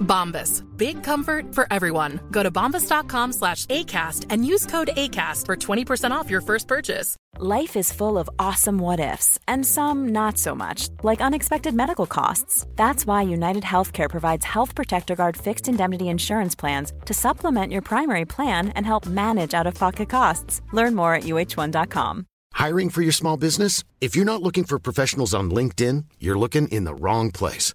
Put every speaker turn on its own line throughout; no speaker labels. Bombas. Big comfort for everyone. Go to bombas.com slash ACAST and use code ACAST for 20% off your first purchase.
Life is full of awesome what ifs, and some not so much, like unexpected medical costs. That's why United Healthcare provides Health Protector Guard fixed indemnity insurance plans to supplement your primary plan and help manage out of pocket costs. Learn more at uh1.com.
Hiring for your small business? If you're not looking for professionals on LinkedIn, you're looking in the wrong place.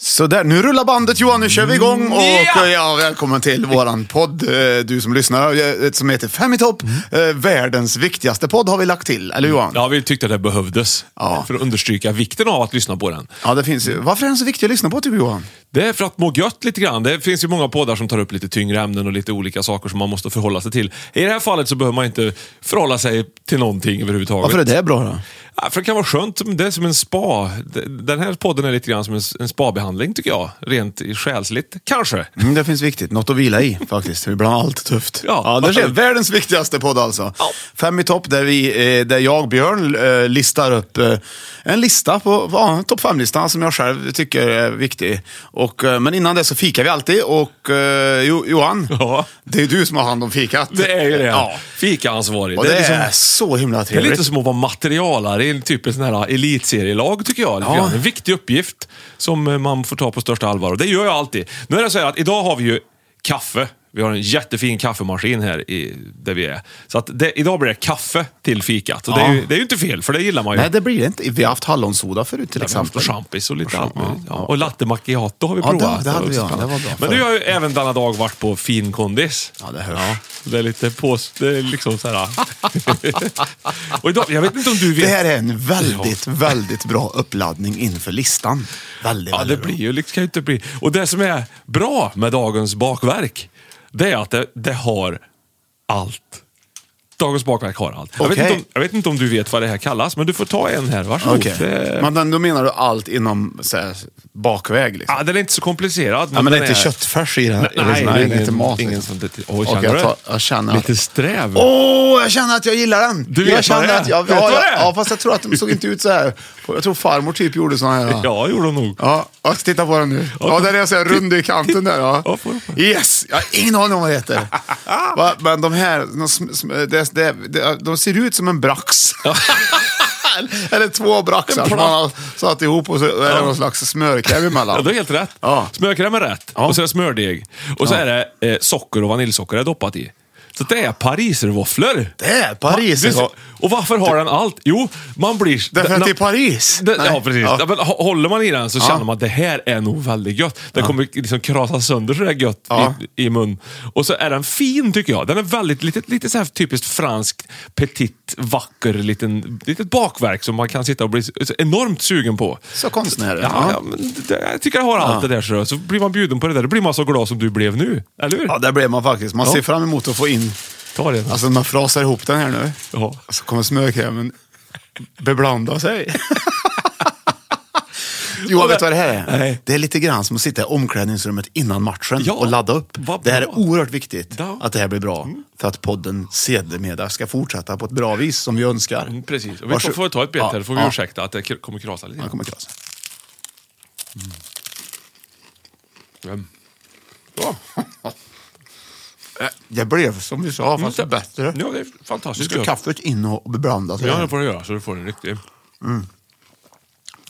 Sådär, nu rullar bandet Johan, nu kör vi igång och eh, ja, välkommen till våran podd, eh, du som lyssnar, eh, som heter Fem i topp. Eh, Världens viktigaste podd har vi lagt till, eller Johan?
Ja, vi tyckte att det behövdes. För att understryka vikten av att lyssna på den.
Ja, det finns ju. Varför är den så viktig att lyssna på tycker du Johan?
Det är för att må gött lite grann. Det finns ju många poddar som tar upp lite tyngre ämnen och lite olika saker som man måste förhålla sig till. I det här fallet så behöver man inte förhålla sig till någonting överhuvudtaget.
Varför är det bra då?
Ja, för det kan vara skönt. Det är som en spa. Den här podden är lite grann som en- en spabehandling tycker jag. Rent själsligt, kanske.
Mm, det finns viktigt, något att vila i faktiskt. Ibland är allt tufft.
Ja.
ja det är världens viktigaste podd alltså.
Ja.
Fem i topp där, vi, eh, där jag, Björn, eh, listar upp eh, en lista på ja, topp fem-listan som jag själv tycker är viktig. Och, eh, men innan det så fikar vi alltid och eh, jo, Johan,
Ja.
det är du som har hand om fikat.
Det är ju det.
Ja.
Fikaansvarig.
Och det, är
liksom-
så himla
det är
trevligt.
lite som att vara materialare i en typ en sån här elitserielag, tycker jag. lite
Ja.
grann. En viktig uppgift som eh, man får ta på största allvar. Och det gör jag alltid. Nu är det så här att idag har vi ju kaffe. Vi har en jättefin kaffemaskin här i, där vi är. Så att det, idag blir det kaffe till fikat. Och det, är
Ja.
ju, det är ju inte fel, för det gillar man ju.
Nej, det blir det inte. Vi har haft hallonsoda förut till exempel.
Och champis och lite
Och
allt
champ-
möjligt.
ja.
ja. Och latte macchiato har vi
Ja, det-
provat.
det hade vi, ja.
också.
Det var bra.
Men du har ju även denna dag varit på finkondis.
Ja, det hörs.
det är lite på... Det är liksom så här... och idag, jag vet inte om du vet...
Det här är en väldigt, väldigt bra uppladdning inför listan. Väldigt,
Ja, det
väldigt bra.
blir ju det kan ju inte bli. Och det som är bra med dagens bakverk, det är att det, det har allt. Dagens bakverk har allt. Jag, vet
Okej.
inte om, jag vet inte om du vet vad det här kallas, men du får ta en här. Varsågod.
Okej.
Det,
Men den, då menar du allt inom så här, bakväg? Liksom.
ja, den är inte så komplicerad.
ja, men det är inte köttfärs i den?
Nej,
i den-
nej, det är
det är inte
ingen-
mat.
ingen
liksom.
sån det-
Okej,
Oj, känner
jag,
du?
tar, jag känner att...
Lite sträv.
Åh, jag känner att jag gillar den!
Du vet
jag känner
vad det är.
att jag,
Vet
ja,
vad
jag,
det är?
ja, fast jag tror att de såg inte ut så här. Jag tror farmor typ gjorde såna här.
Ja, gjorde hon nog.
Ja, ja, titta på den nu. Ja, den är så här rund i kanten där.
Ja,
Ja.
får jag, får
Yes! Jag har ingen aning om vad det heter. Va? Men de här, de, sm- sm- det- det- det- de ser ut som en brax. Eller två braxar som man har satt ihop och så är det någon slags smörkräm
Ja,
emellan.
du har helt rätt.
Ja.
Smörkräm är rätt.
Ja.
Och så är det smördeg. Och så är det eh, socker och vaniljsocker är doppat i. Så det är pariservåfflor.
Det är Paris.
Du ser- Och varför har den allt? Jo, man blir...
Därför att
na-
det är Paris.
Det,
Nej.
ja, precis. Ja. men hå- håller man i den så känner man att det här är nog väldigt gött. Den kommer liksom krasa sönder sådär gött
Ja.
i, i mun. Och så är den fin tycker jag. Den är väldigt, lite, lite så här typiskt fransk, petit, vacker, liten, litet bakverk som man kan sitta och bli så så enormt sugen på.
Så konstnär.
Ja, ja, men det, jag tycker jag har allt det där. Så, så blir man bjuden på det där, då blir man så glad som du blev nu. Eller hur?
Ja, där blev man faktiskt. Man ser
Ja.
fram emot att få in...
Ta det.
Alltså, man frasar ihop den här nu.
Ja.
Så kommer smörkrämen beblanda sig. Johan, vet du vad det här är?
Nej.
Det är lite grann som att sitta i omklädningsrummet innan matchen
Ja,
och ladda upp.
vad
Det här
bra.
är oerhört viktigt
Ja. Mm.
att det här blir bra för att podden sedermedra ska fortsätta på ett bra vis som vi önskar.
Mm, Precis. Och vi
Varså-
får, får ta ett bet
Ja,
här, då får vi
ja.
ursäkta att det k- kommer krasa lite
Man
grann.
kommer krasa.
Mm.
Det blev som vi sa, fast
Mm,
bättre.
Ja, det
Nu
är fantastiskt
ska
gött.
kaffet in och beblanda sig.
Ja, det får du göra, så du får en riktig...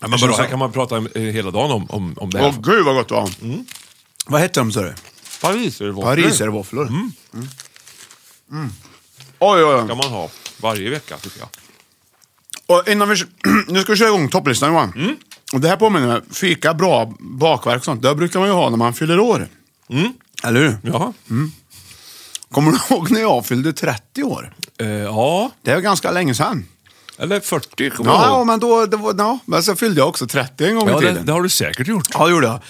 Ja, men
känns
bra,
så-
här kan man prata eh, hela dagen om, om, om det här. Mm.
Åh gud vad gott det var. Vad hette de sa du?
Paris är det våfflor.
Pariservåfflor. Mm. Mm. Oj, oj, oj.
kan man ha varje vecka, tycker jag.
Och innan vi, nu ska vi köra igång topplistan Johan.
Mm.
Och det här påminner mig, fika, bra bakverk och sånt, det brukar man ju ha när man fyller år.
Mm.
Eller hur?
Jaha.
Kommer du ihåg när jag fyllde 30 år?
Eh, ja,
Det var ganska länge sedan.
eller 40 kommer jag
Ja,
ihåg.
men då, det var, ja, men så fyllde jag också 30 en gång i
Ja, det,
tiden.
det har du säkert gjort.
Ja, det gjorde jag.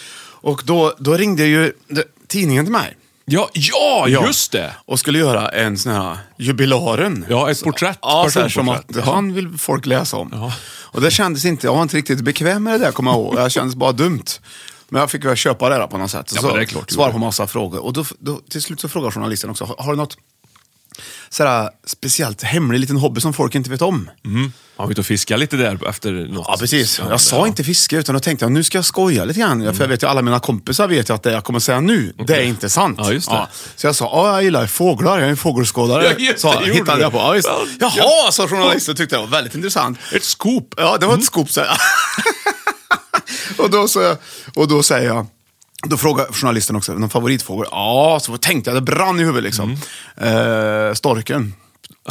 Och då, då ringde ju det, tidningen till mig.
Ja, ja,
Ja.
just det!
Och skulle göra en sån här jubilaren.
Ja, ett porträtt.
Ja, så här som att
personporträtt.
han vill folk läsa om.
Ja.
Och det kändes inte, jag var inte riktigt bekväm med det där kommer jag ihåg. Det kändes bara dumt. Men jag fick väl köpa det där på något sätt.
Ja,
så
men det är klart du
svara
gjorde.
på massa frågor. Och då, då, till slut så frågar journalisten också, har, har du något sådär, speciellt hemlig liten hobby som folk inte vet om?
Han var ute och fiskade lite där efter något.
Ja, precis. Jag sa inte fiske, utan då tänkte jag nu ska jag skoja lite grann. För jag vet ju, alla mina kompisar vet ju att det jag kommer säga nu, det är inte sant.
Ja, just det.
Så jag sa, ja, jag gillar fåglar, jag är en fågelskådare.
Ja, just det,
sa,
gjorde
hittade
du.
jag på. Ja, just.
Ja,
Jaha, sa journalisten tyckte jag var väldigt intressant.
Ett scoop.
Ja, det var ett scoop. Så här. och, då, så, och då säger jag, då frågar journalisten också, någon favoritfågel? Ja, så tänkte jag, det brann i huvudet liksom.
Mm.
Eh, storken.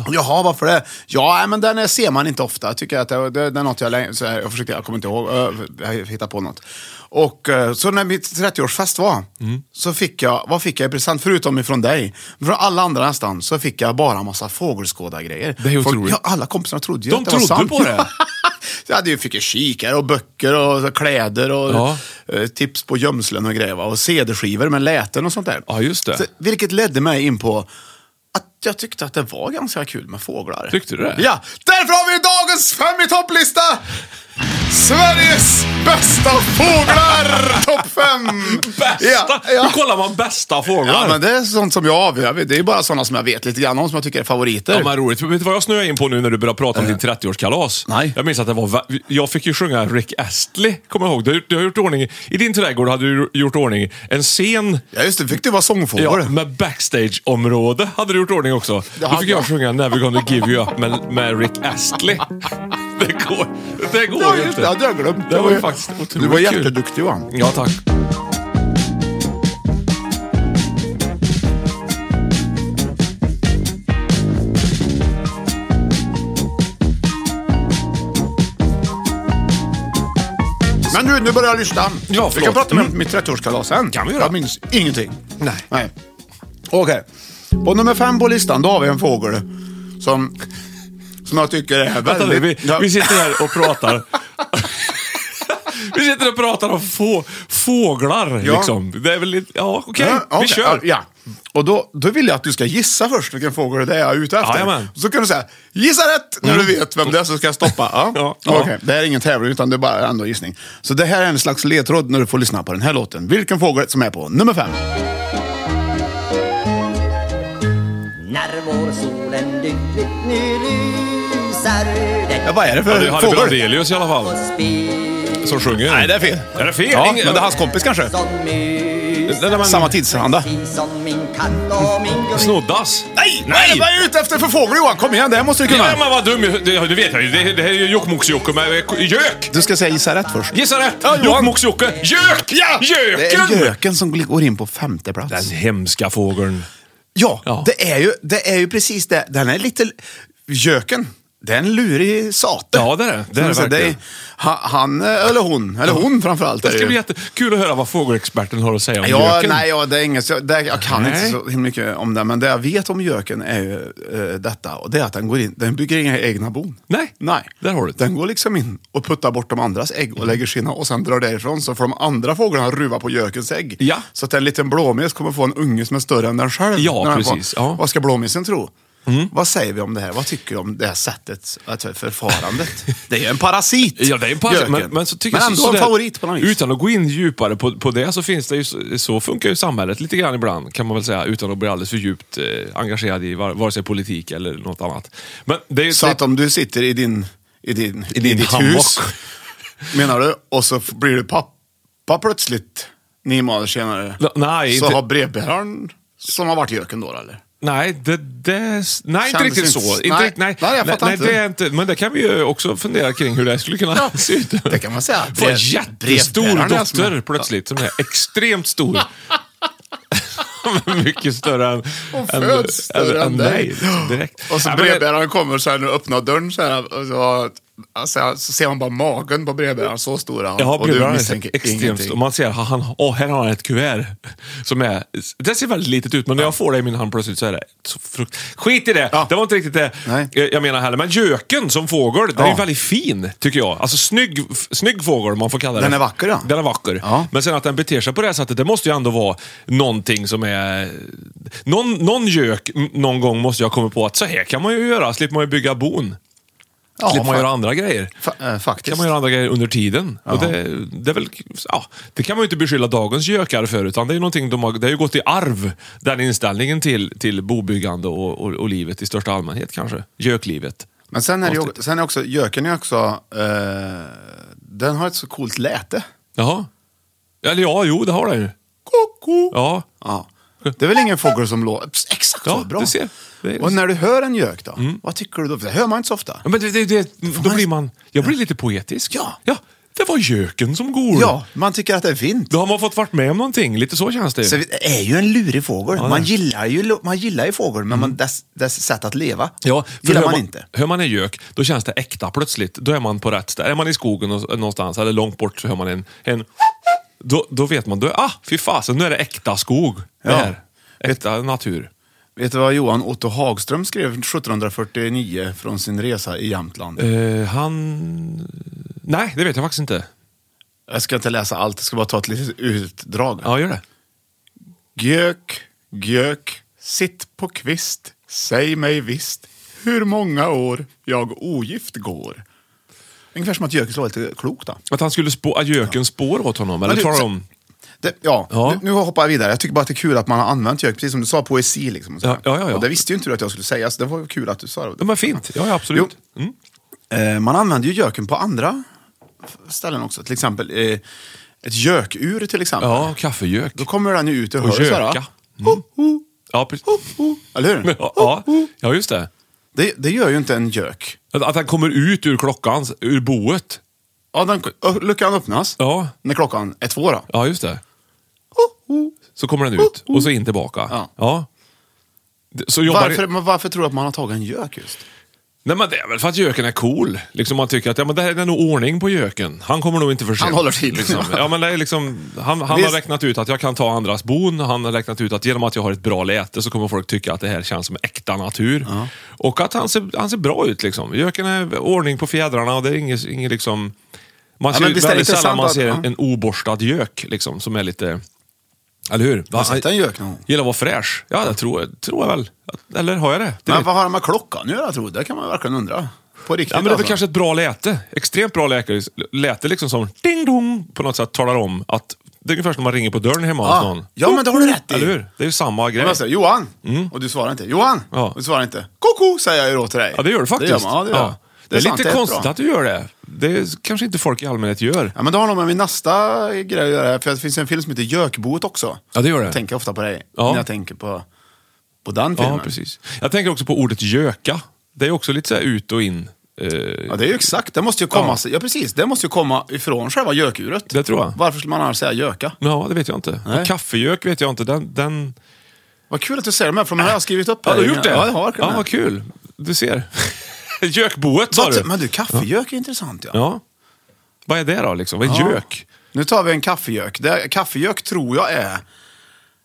Jaha, varför det? Ja, nej, men den eh, ser man inte ofta. Jag tycker att det, det, det är något jag länge... Så här, jag försökte, jag kommer inte ihåg. Eh, Jag hittar på något. Och, eh, så när mitt 30-årsfest var,
Mm.
så fick jag, vad fick jag i present? Förutom ifrån dig, från alla andra nästan, så fick jag bara massa fågelskådargrejer.
Det är ju
Folk-
otroligt.
ja, Alla kompisarna trodde ju
De
att det var
trodde
sant.
på det.
Så Jag hade ju, fick ju kikare och böcker och så kläder och
Ja.
eh, tips på gömslen och grejer. va? Och CD-skivor med läten och sånt där.
Ja, just det.
Så, vilket ledde mig in på att jag tyckte att det var ganska kul med fåglar.
Tyckte du det?
Ja. Därför har vi dagens fem i topplista! Sveriges bästa fåglar! Topp fem!
Bästa!
Ja, ja.
Nu kollar man bästa fåglar.
Ja, men det är sånt som jag avgör. Det är bara sådana som jag vet lite grann om, som jag tycker är favoriter.
Ja, men roligt. Vet du vad jag snöade in på nu när du började prata om din 30-årskalas?
Eh. nej.
Jag minns att det var... vä- Jag fick ju sjunga Rick Astley, kommer jag ihåg. Du, har gjort- du har gjort ordning... I din trädgård hade du gjort ordning en scen
Ja, just det. Fick du vara sångfågel?
Ja, med backstageområde hade du gjort ordning också. Då
hade
fick jag
jag.
sjunga Never gonna give you up med, med Rick Astley. Det går, det går
Ja,
ju
just det.
inte.
Det hade jag glömt.
Det var ju faktiskt otroligt
Du var
kul.
jätteduktig, Johan.
Ja, tack.
Men nu, nu börjar jag lyssna.
Ja,
vi
förlåt.
kan prata mer om
Mm.
mitt 30-årskalas sen.
Kan vi göra.
Jag minns ingenting.
Nej.
Nej. Okej. På nummer fem på listan, då har vi en fågel som, som jag tycker är
Vänta
väldigt...
nu, vi,
Ja.
vi sitter här och pratar. vi sitter och pratar om få, fåglar,
Ja.
liksom. Det är väl lite... Ja, okej.
Ja,
Vi
okej,
kör.
Ja. Och då, då vill jag att du ska gissa först vilken fågel det är jag är ute efter.
Jajamän. Mm.
Så kan du säga, gissa rätt när du vet vem det är som ska stoppa. Ja.
Ja, ja.
Okej, Det här är ingen tävling utan det är bara ändå gissning. Så det här är en slags ledtråd när du får lyssna på den här låten. Vilken fågel som är på nummer fem.
När vår solen lyckligt nu lyser
Ja,
den
vad är det
Ja,
för
det är Harry
fågel?
Brandelius i alla fall
på spel
som sjunger.
Nej, det är fel.
Är det fel?
Ja,
Ingen-
men det är hans kompis kanske?
som mus
Det- det- men-
Samma tidsanda.
Precis som min katt och min gris
Snoddas.
Nej!
Nej!
Vad är du ute efter för fågel Johan? Kom igen, det här måste du
Ja,
kunna.
men vad dum jag- Det, det vet jag ju. Det, det här är ju Jokkmokks-Jokke med gök.
Du ska säga gissa rätt först.
Gissa rätt!
Ja, Johan.
Jokkmokks-Jokke. Gök!
Ja!
Göken!
Det är göken som går in på femte plats.
Den hemska fågeln.
Ja,
Ja.
det är ju, det är ju precis det. Den är lite... Göken, det är en lurig sate.
Ja, det är det. Det är det
Så
verkligen.
han, han, eh, eller hon, eller hon framförallt.
Det ska bli jättekul att höra vad fågelexperten har att säga om
Ja,
göken.
nej, ja, det är inget, så- det, jag kan
Nej.
inte så himla mycket om det, men det jag vet om göken är ju eh, detta. Och det är att den, går in, den bygger inga egna bon.
Nej,
Nej.
där har du det. Mm.
Den går liksom in och puttar bort de andras ägg och lägger sina och sen drar därifrån. Så får de andra fåglarna ruva på gökens ägg.
Ja.
Så att en liten blåmes kommer få en unge som är större än den själv.
Ja,
när den får-
precis, ja. Mm.
Vad ska blåmesen tro? Vad säger vi om det här? Vad tycker du om det här sättet, att förfarandet? det är ju en parasit.
Ja, det är en parasit.
göken.
Men, men, så tycker
men
jag
ändå
så-
en
sådär-
favorit på något vis.
Utan att gå in djupare på, på det så finns det ju, så- så funkar ju samhället lite grann ibland kan man väl säga utan att bli alldeles för djupt eh, engagerad i var, vare sig politik eller något annat. Men det är ju...
Så att om du sitter i din, i din,
I din
ditt
hammock.
hus, menar du, och så f- blir du pappa plötsligt nio månader senare.
N- nej,
så
inte-
har brevbäraren, som har varit göken då eller?
Nej, det, det, nej inte
Kändes
riktigt
inte-
så. Inte,
nej.
rikt- nej,
Nej, jag fattar
nej,
inte.
Det är inte. Men det kan vi ju också fundera kring hur det skulle kunna se ut.
det kan man säga.
Få en
Brev-
jättestor
brevbäraren är som-
dotter plötsligt, som är extremt stor. Mycket större än...
Hon föds större än dig.
mig. liksom, Direkt.
Och så
Nej, men det-
brevbäraren kommer så här nu och öppnar dörren så här. Och så, Alltså, så ser man bara magen på brevbäraren, så stor är han.
Ja,
och du
brevbäraren
misstänker
är extremt
ingenting.
stor. Man ser, han, åh, här har han ett kuvert. Som är, det ser väldigt litet ut, men när jag får det i min hand plötsligt så är det så frukt... Skit i det!
Ja.
Det var inte riktigt det
Nej.
eh, jag menar heller. Men göken som fågel, den är
Ja.
ju väldigt fin, tycker jag. Alltså snygg, f- snygg fågel, om man får kalla det.
Den är vacker, ja.
Den är vacker.
Ja.
Men sen att den beter sig på det här sättet, det måste ju ändå vara någonting som är... Någon, någon gök m- någon gång måste jag komma på att så här kan man ju göra, slipper man ju bygga bon.
Ja,
slipper man
fa-
göra andra grejer
fa- eh, faktiskt.
kan man göra andra grejer under tiden. Och det, det, är väl, ja, det kan man ju inte beskylla dagens gökar för, utan det är ju någonting de har, det har ju gått i arv, den inställningen till, till bobyggande och, och, och livet i största allmänhet kanske. Göklivet.
Men sen är, det ju,
Konstigt.
sen är också, göken är också, eh, den har ett så coolt läte.
Jaha. Eller ja, jo, det har den ju.
Koko.
Ja.
Ja. Det är väl ingen fågel som låter... Exakt
Ja,
så, bra.
du ser. Det är- Mm.
Och när du hör en gök då, vad tycker du då? För Det hör man inte så ofta.
Ja, Men det, det, det, då blir man... Jag blir lite poetisk.
Ja.
ja det var göken som går.
Ja, man tycker att det är fint.
Då har man fått varit med om någonting, lite så känns det ju.
Så det är ju en lurig fågel.
det
man,
är det. Mm.
gillar ju, lo- man gillar ju fågel, men man, dess, dess sätt att leva
Ja, för
gillar
hör
man, inte.
Hör man en gök, då känns det äkta plötsligt. Då är man på rätt ställe. Är man i skogen nå- någonstans eller långt bort så hör man en... en då, då vet man, då, ah, fy fasen, nu är det äkta skog. Det
Ja.
här. Äkta natur.
Vet du vad Johan Otto Hagström skrev 1749 från sin resa i Jämtland?
Eh, han... Nej, det vet jag faktiskt inte.
Jag ska inte läsa allt, jag ska bara ta ett litet utdrag.
Ja, gör det.
Gök, gök, sitt på kvist, säg mig visst hur många år jag ogift går. Ungefär som att göken slår lite klokt då.
Att han skulle spå, att göken spår åt honom, eller
du,
talar
så-
om...
Det, ja,
Ja.
Nu, nu hoppar jag vidare. Jag tycker bara att det är kul att man har använt gök, precis som du sa, poesi. Liksom, och, så
Ja,
här.
ja, ja, ja.
och det visste ju inte du att jag skulle säga, så det var ju kul att du sa det.
Ja, men fint. Ja, ja absolut. Mm.
Eh, man använder ju göken på andra f- ställen också. Till exempel eh, ett gökur till exempel.
Ja, kaffegök.
Då kommer den ju ut och
Och
hörs. här, va?
göka. Mm.
Ho, ho,
Ja, precis.
ho. Eller hur?
Ja, ja, just det.
Det, det gör ju inte en gök.
Att, att han kommer ut ur klockan, ur boet.
Ja, den, ö- luckan öppnas
Ja.
när klockan är två. Då.
Ja, just det.
Ho, ho.
Så kommer den ut och så in tillbaka.
Ja.
D- Så jobbar
Varför, men varför tror du att man har tagit en gök just?
Nej, men det är väl för att göken är cool. Liksom man tycker att ja, men det här är nog ordning på göken. Han kommer nog inte för sent.
Han håller till.
Liksom. Ja, men det är liksom, han han har
Visst.
räknat ut att jag kan ta andras bon. Han har räknat ut att genom att jag har ett bra läte så kommer folk tycka att det här känns som äkta natur. Och att han ser, han ser bra ut. Liksom. Göken är ordning på fjädrarna och det är inget, inget liksom... Man ser
men
ju
visst är det
väldigt sällan
intressant
man
att-
ser en,
ja.
en oborstad gök liksom, som är lite... Eller hur?
Har du sett en gök någon gång?
Gillar att vara fräsch. Ja, det tror, jag- tror jag väl. Eller har jag det? det
Men vad har de med klockan att göra tror du? Det kan man verkligen undra. På riktigt
Ja, men det är väl
alltså.
kanske ett bra läte. Extremt bra läkare. läte liksom som ding-dong på något sätt talar om att det är ungefär som när man ringer på dörren hemma hos
Ja.
någon.
Ah,
Oh,
Ja, men det har du rätt i.
Eller hur? Det är ju samma
Ja,
grej.
men alltså, Johan! Och du svarar inte. Johan!
Mm. Ja.
Och du svarar inte. Koko säger jag ju då till dig.
Ja, det gör du faktiskt.
Det, gör man, ja, det, gör jag.
Det är,
sant,
lite
bra.
konstigt att du gör det. Det är kanske inte folk i allmänhet gör.
Ja, men det har nog med min nästa grej att göra. här, För det finns ju en film som heter Gökboet också.
Ja, det gör det.
Jag tänker ofta på dig
Ja.
när jag tänker på, på den filmen.
Ja, precis. Jag tänker också på ordet göka. Det är också lite så här ut och in. Eh,
Ja, det är ju exakt. Det måste ju komma,
Ja.
sig- ja, precis. Det måste ju komma ifrån själva gökuret.
Det tror jag.
Varför skulle man annars säga göka?
Ja, det vet jag inte.
Nej.
Kaffegök vet jag inte. Den, den...
Vad kul att du säger de här, för de här har jag skrivit upp.
Ja,
här.
du har gjort det?
Ja, jag har verkligen
Ja,
det.
vad kul. Du ser. Gökboet sa
Vad-
du.
Men du, kaffegök är intressant ja.
Ja. Vad är det då liksom? Vad är
Ja.
gök?
Nu tar vi en kaffegök. Det, kaffegök tror jag är...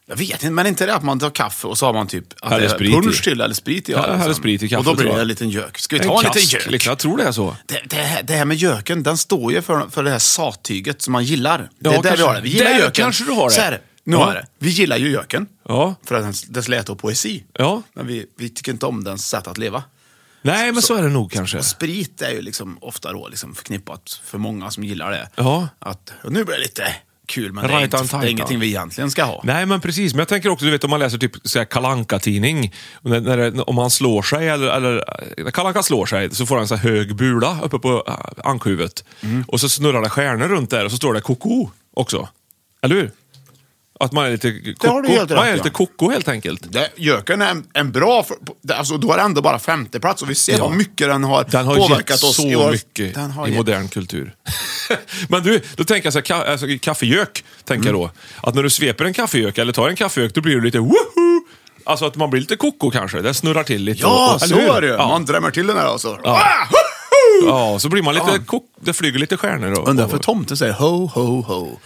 Jag vet inte, men inte det att man tar kaffe och så har man typ att
Här är
det är
sprit i.
punsch till eller sprit i.
Ja, här är sprit i kaffet,
Och då blir
tror
det
jag.
en liten gök. Ska vi ta en, liten gök?
Liksom. Jag tror det är så.
Det, det, här, det här med göken, den står ju för, för det här sattyget som man gillar. det är där
kanske.
vi har det. Vi gillar
Där
göken.
kanske du har det.
Så här, nu
Ja.
har jag det. Vi gillar ju göken.
Ja.
För att dess, dess läte och poesi.
Ja.
Men vi, vi tycker inte om dens sätt att leva.
Nej, men så, är det nog kanske.
Och sprit är ju liksom ofta då liksom förknippat för många som gillar det.
Ja.
Att och nu blir det lite kul, men det är,
Right
inte,
on time,
det är
ja.
ingenting vi egentligen ska ha.
Nej, men precis. Men jag tänker också, du vet om man läser typ så här Kalle Anka-tidning. och när- när det- Om han slår sig, eller, eller när Kalle Anka slår sig, så får han en så här hög bula uppe på äh, ankhuvudet.
Mm.
Och så snurrar det stjärnor runt där och så står det koko också. Eller hur? Att man är lite koko.
har du helt
man är
rätt,
lite
ja.
koko helt enkelt.
Det, göken är en, en bra... För, på- det- alltså, då är det ändå bara femte plats och vi ser
Ja.
hur mycket den har,
Den har
påverkat
gett
oss
så
i år.
mycket
Den har
i
gett-
modern kultur. Men du, då tänker jag så här, ka alltså, kaffegök, tänker
Mm.
jag då. Att när du sveper en kaffegök eller tar en kaffegök, då blir du lite woho! Alltså att man blir lite koko kanske, det snurrar till lite.
Ja,
Och- och-
så
eller hur?
är det ju.
Ja.
Man drämmer till den här och så...
Ja.
alltså. Ah, hoho!
Ja, så blir man lite
Ja.
kok... Det flyger lite stjärnor då.
Undrar för tomten säger ho, ho, ho.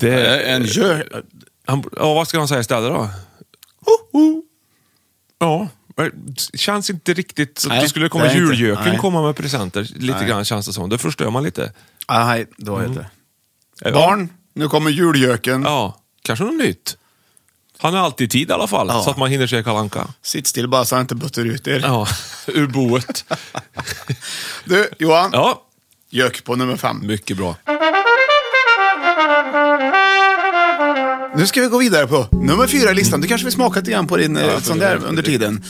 Det
Eh, En gör...
Han, ja, vad ska han säga istället då? Ja, men det känns inte riktigt... Så att
Nej,
det skulle komma
det är inte-
julgöken
nej.
komma med presenter lite grann känns det som. Det förstör man lite.
eh,
Ah, Nej, då heter det.
Eh,
Barn, nu kommer julgöken.
Ja, kanske något nytt. Han är alltid i tid i alla fall, så att man hinner se Kalle Anka.
Sitt still bara så han inte butter ut er.
Ja, ur boet.
Du, Johan.
Ja,
Gök på nummer fem.
mycket bra.
Nu ska vi gå vidare på nummer fyra i listan. Du kanske vill smaka lite grann på din eh, sån där under tiden.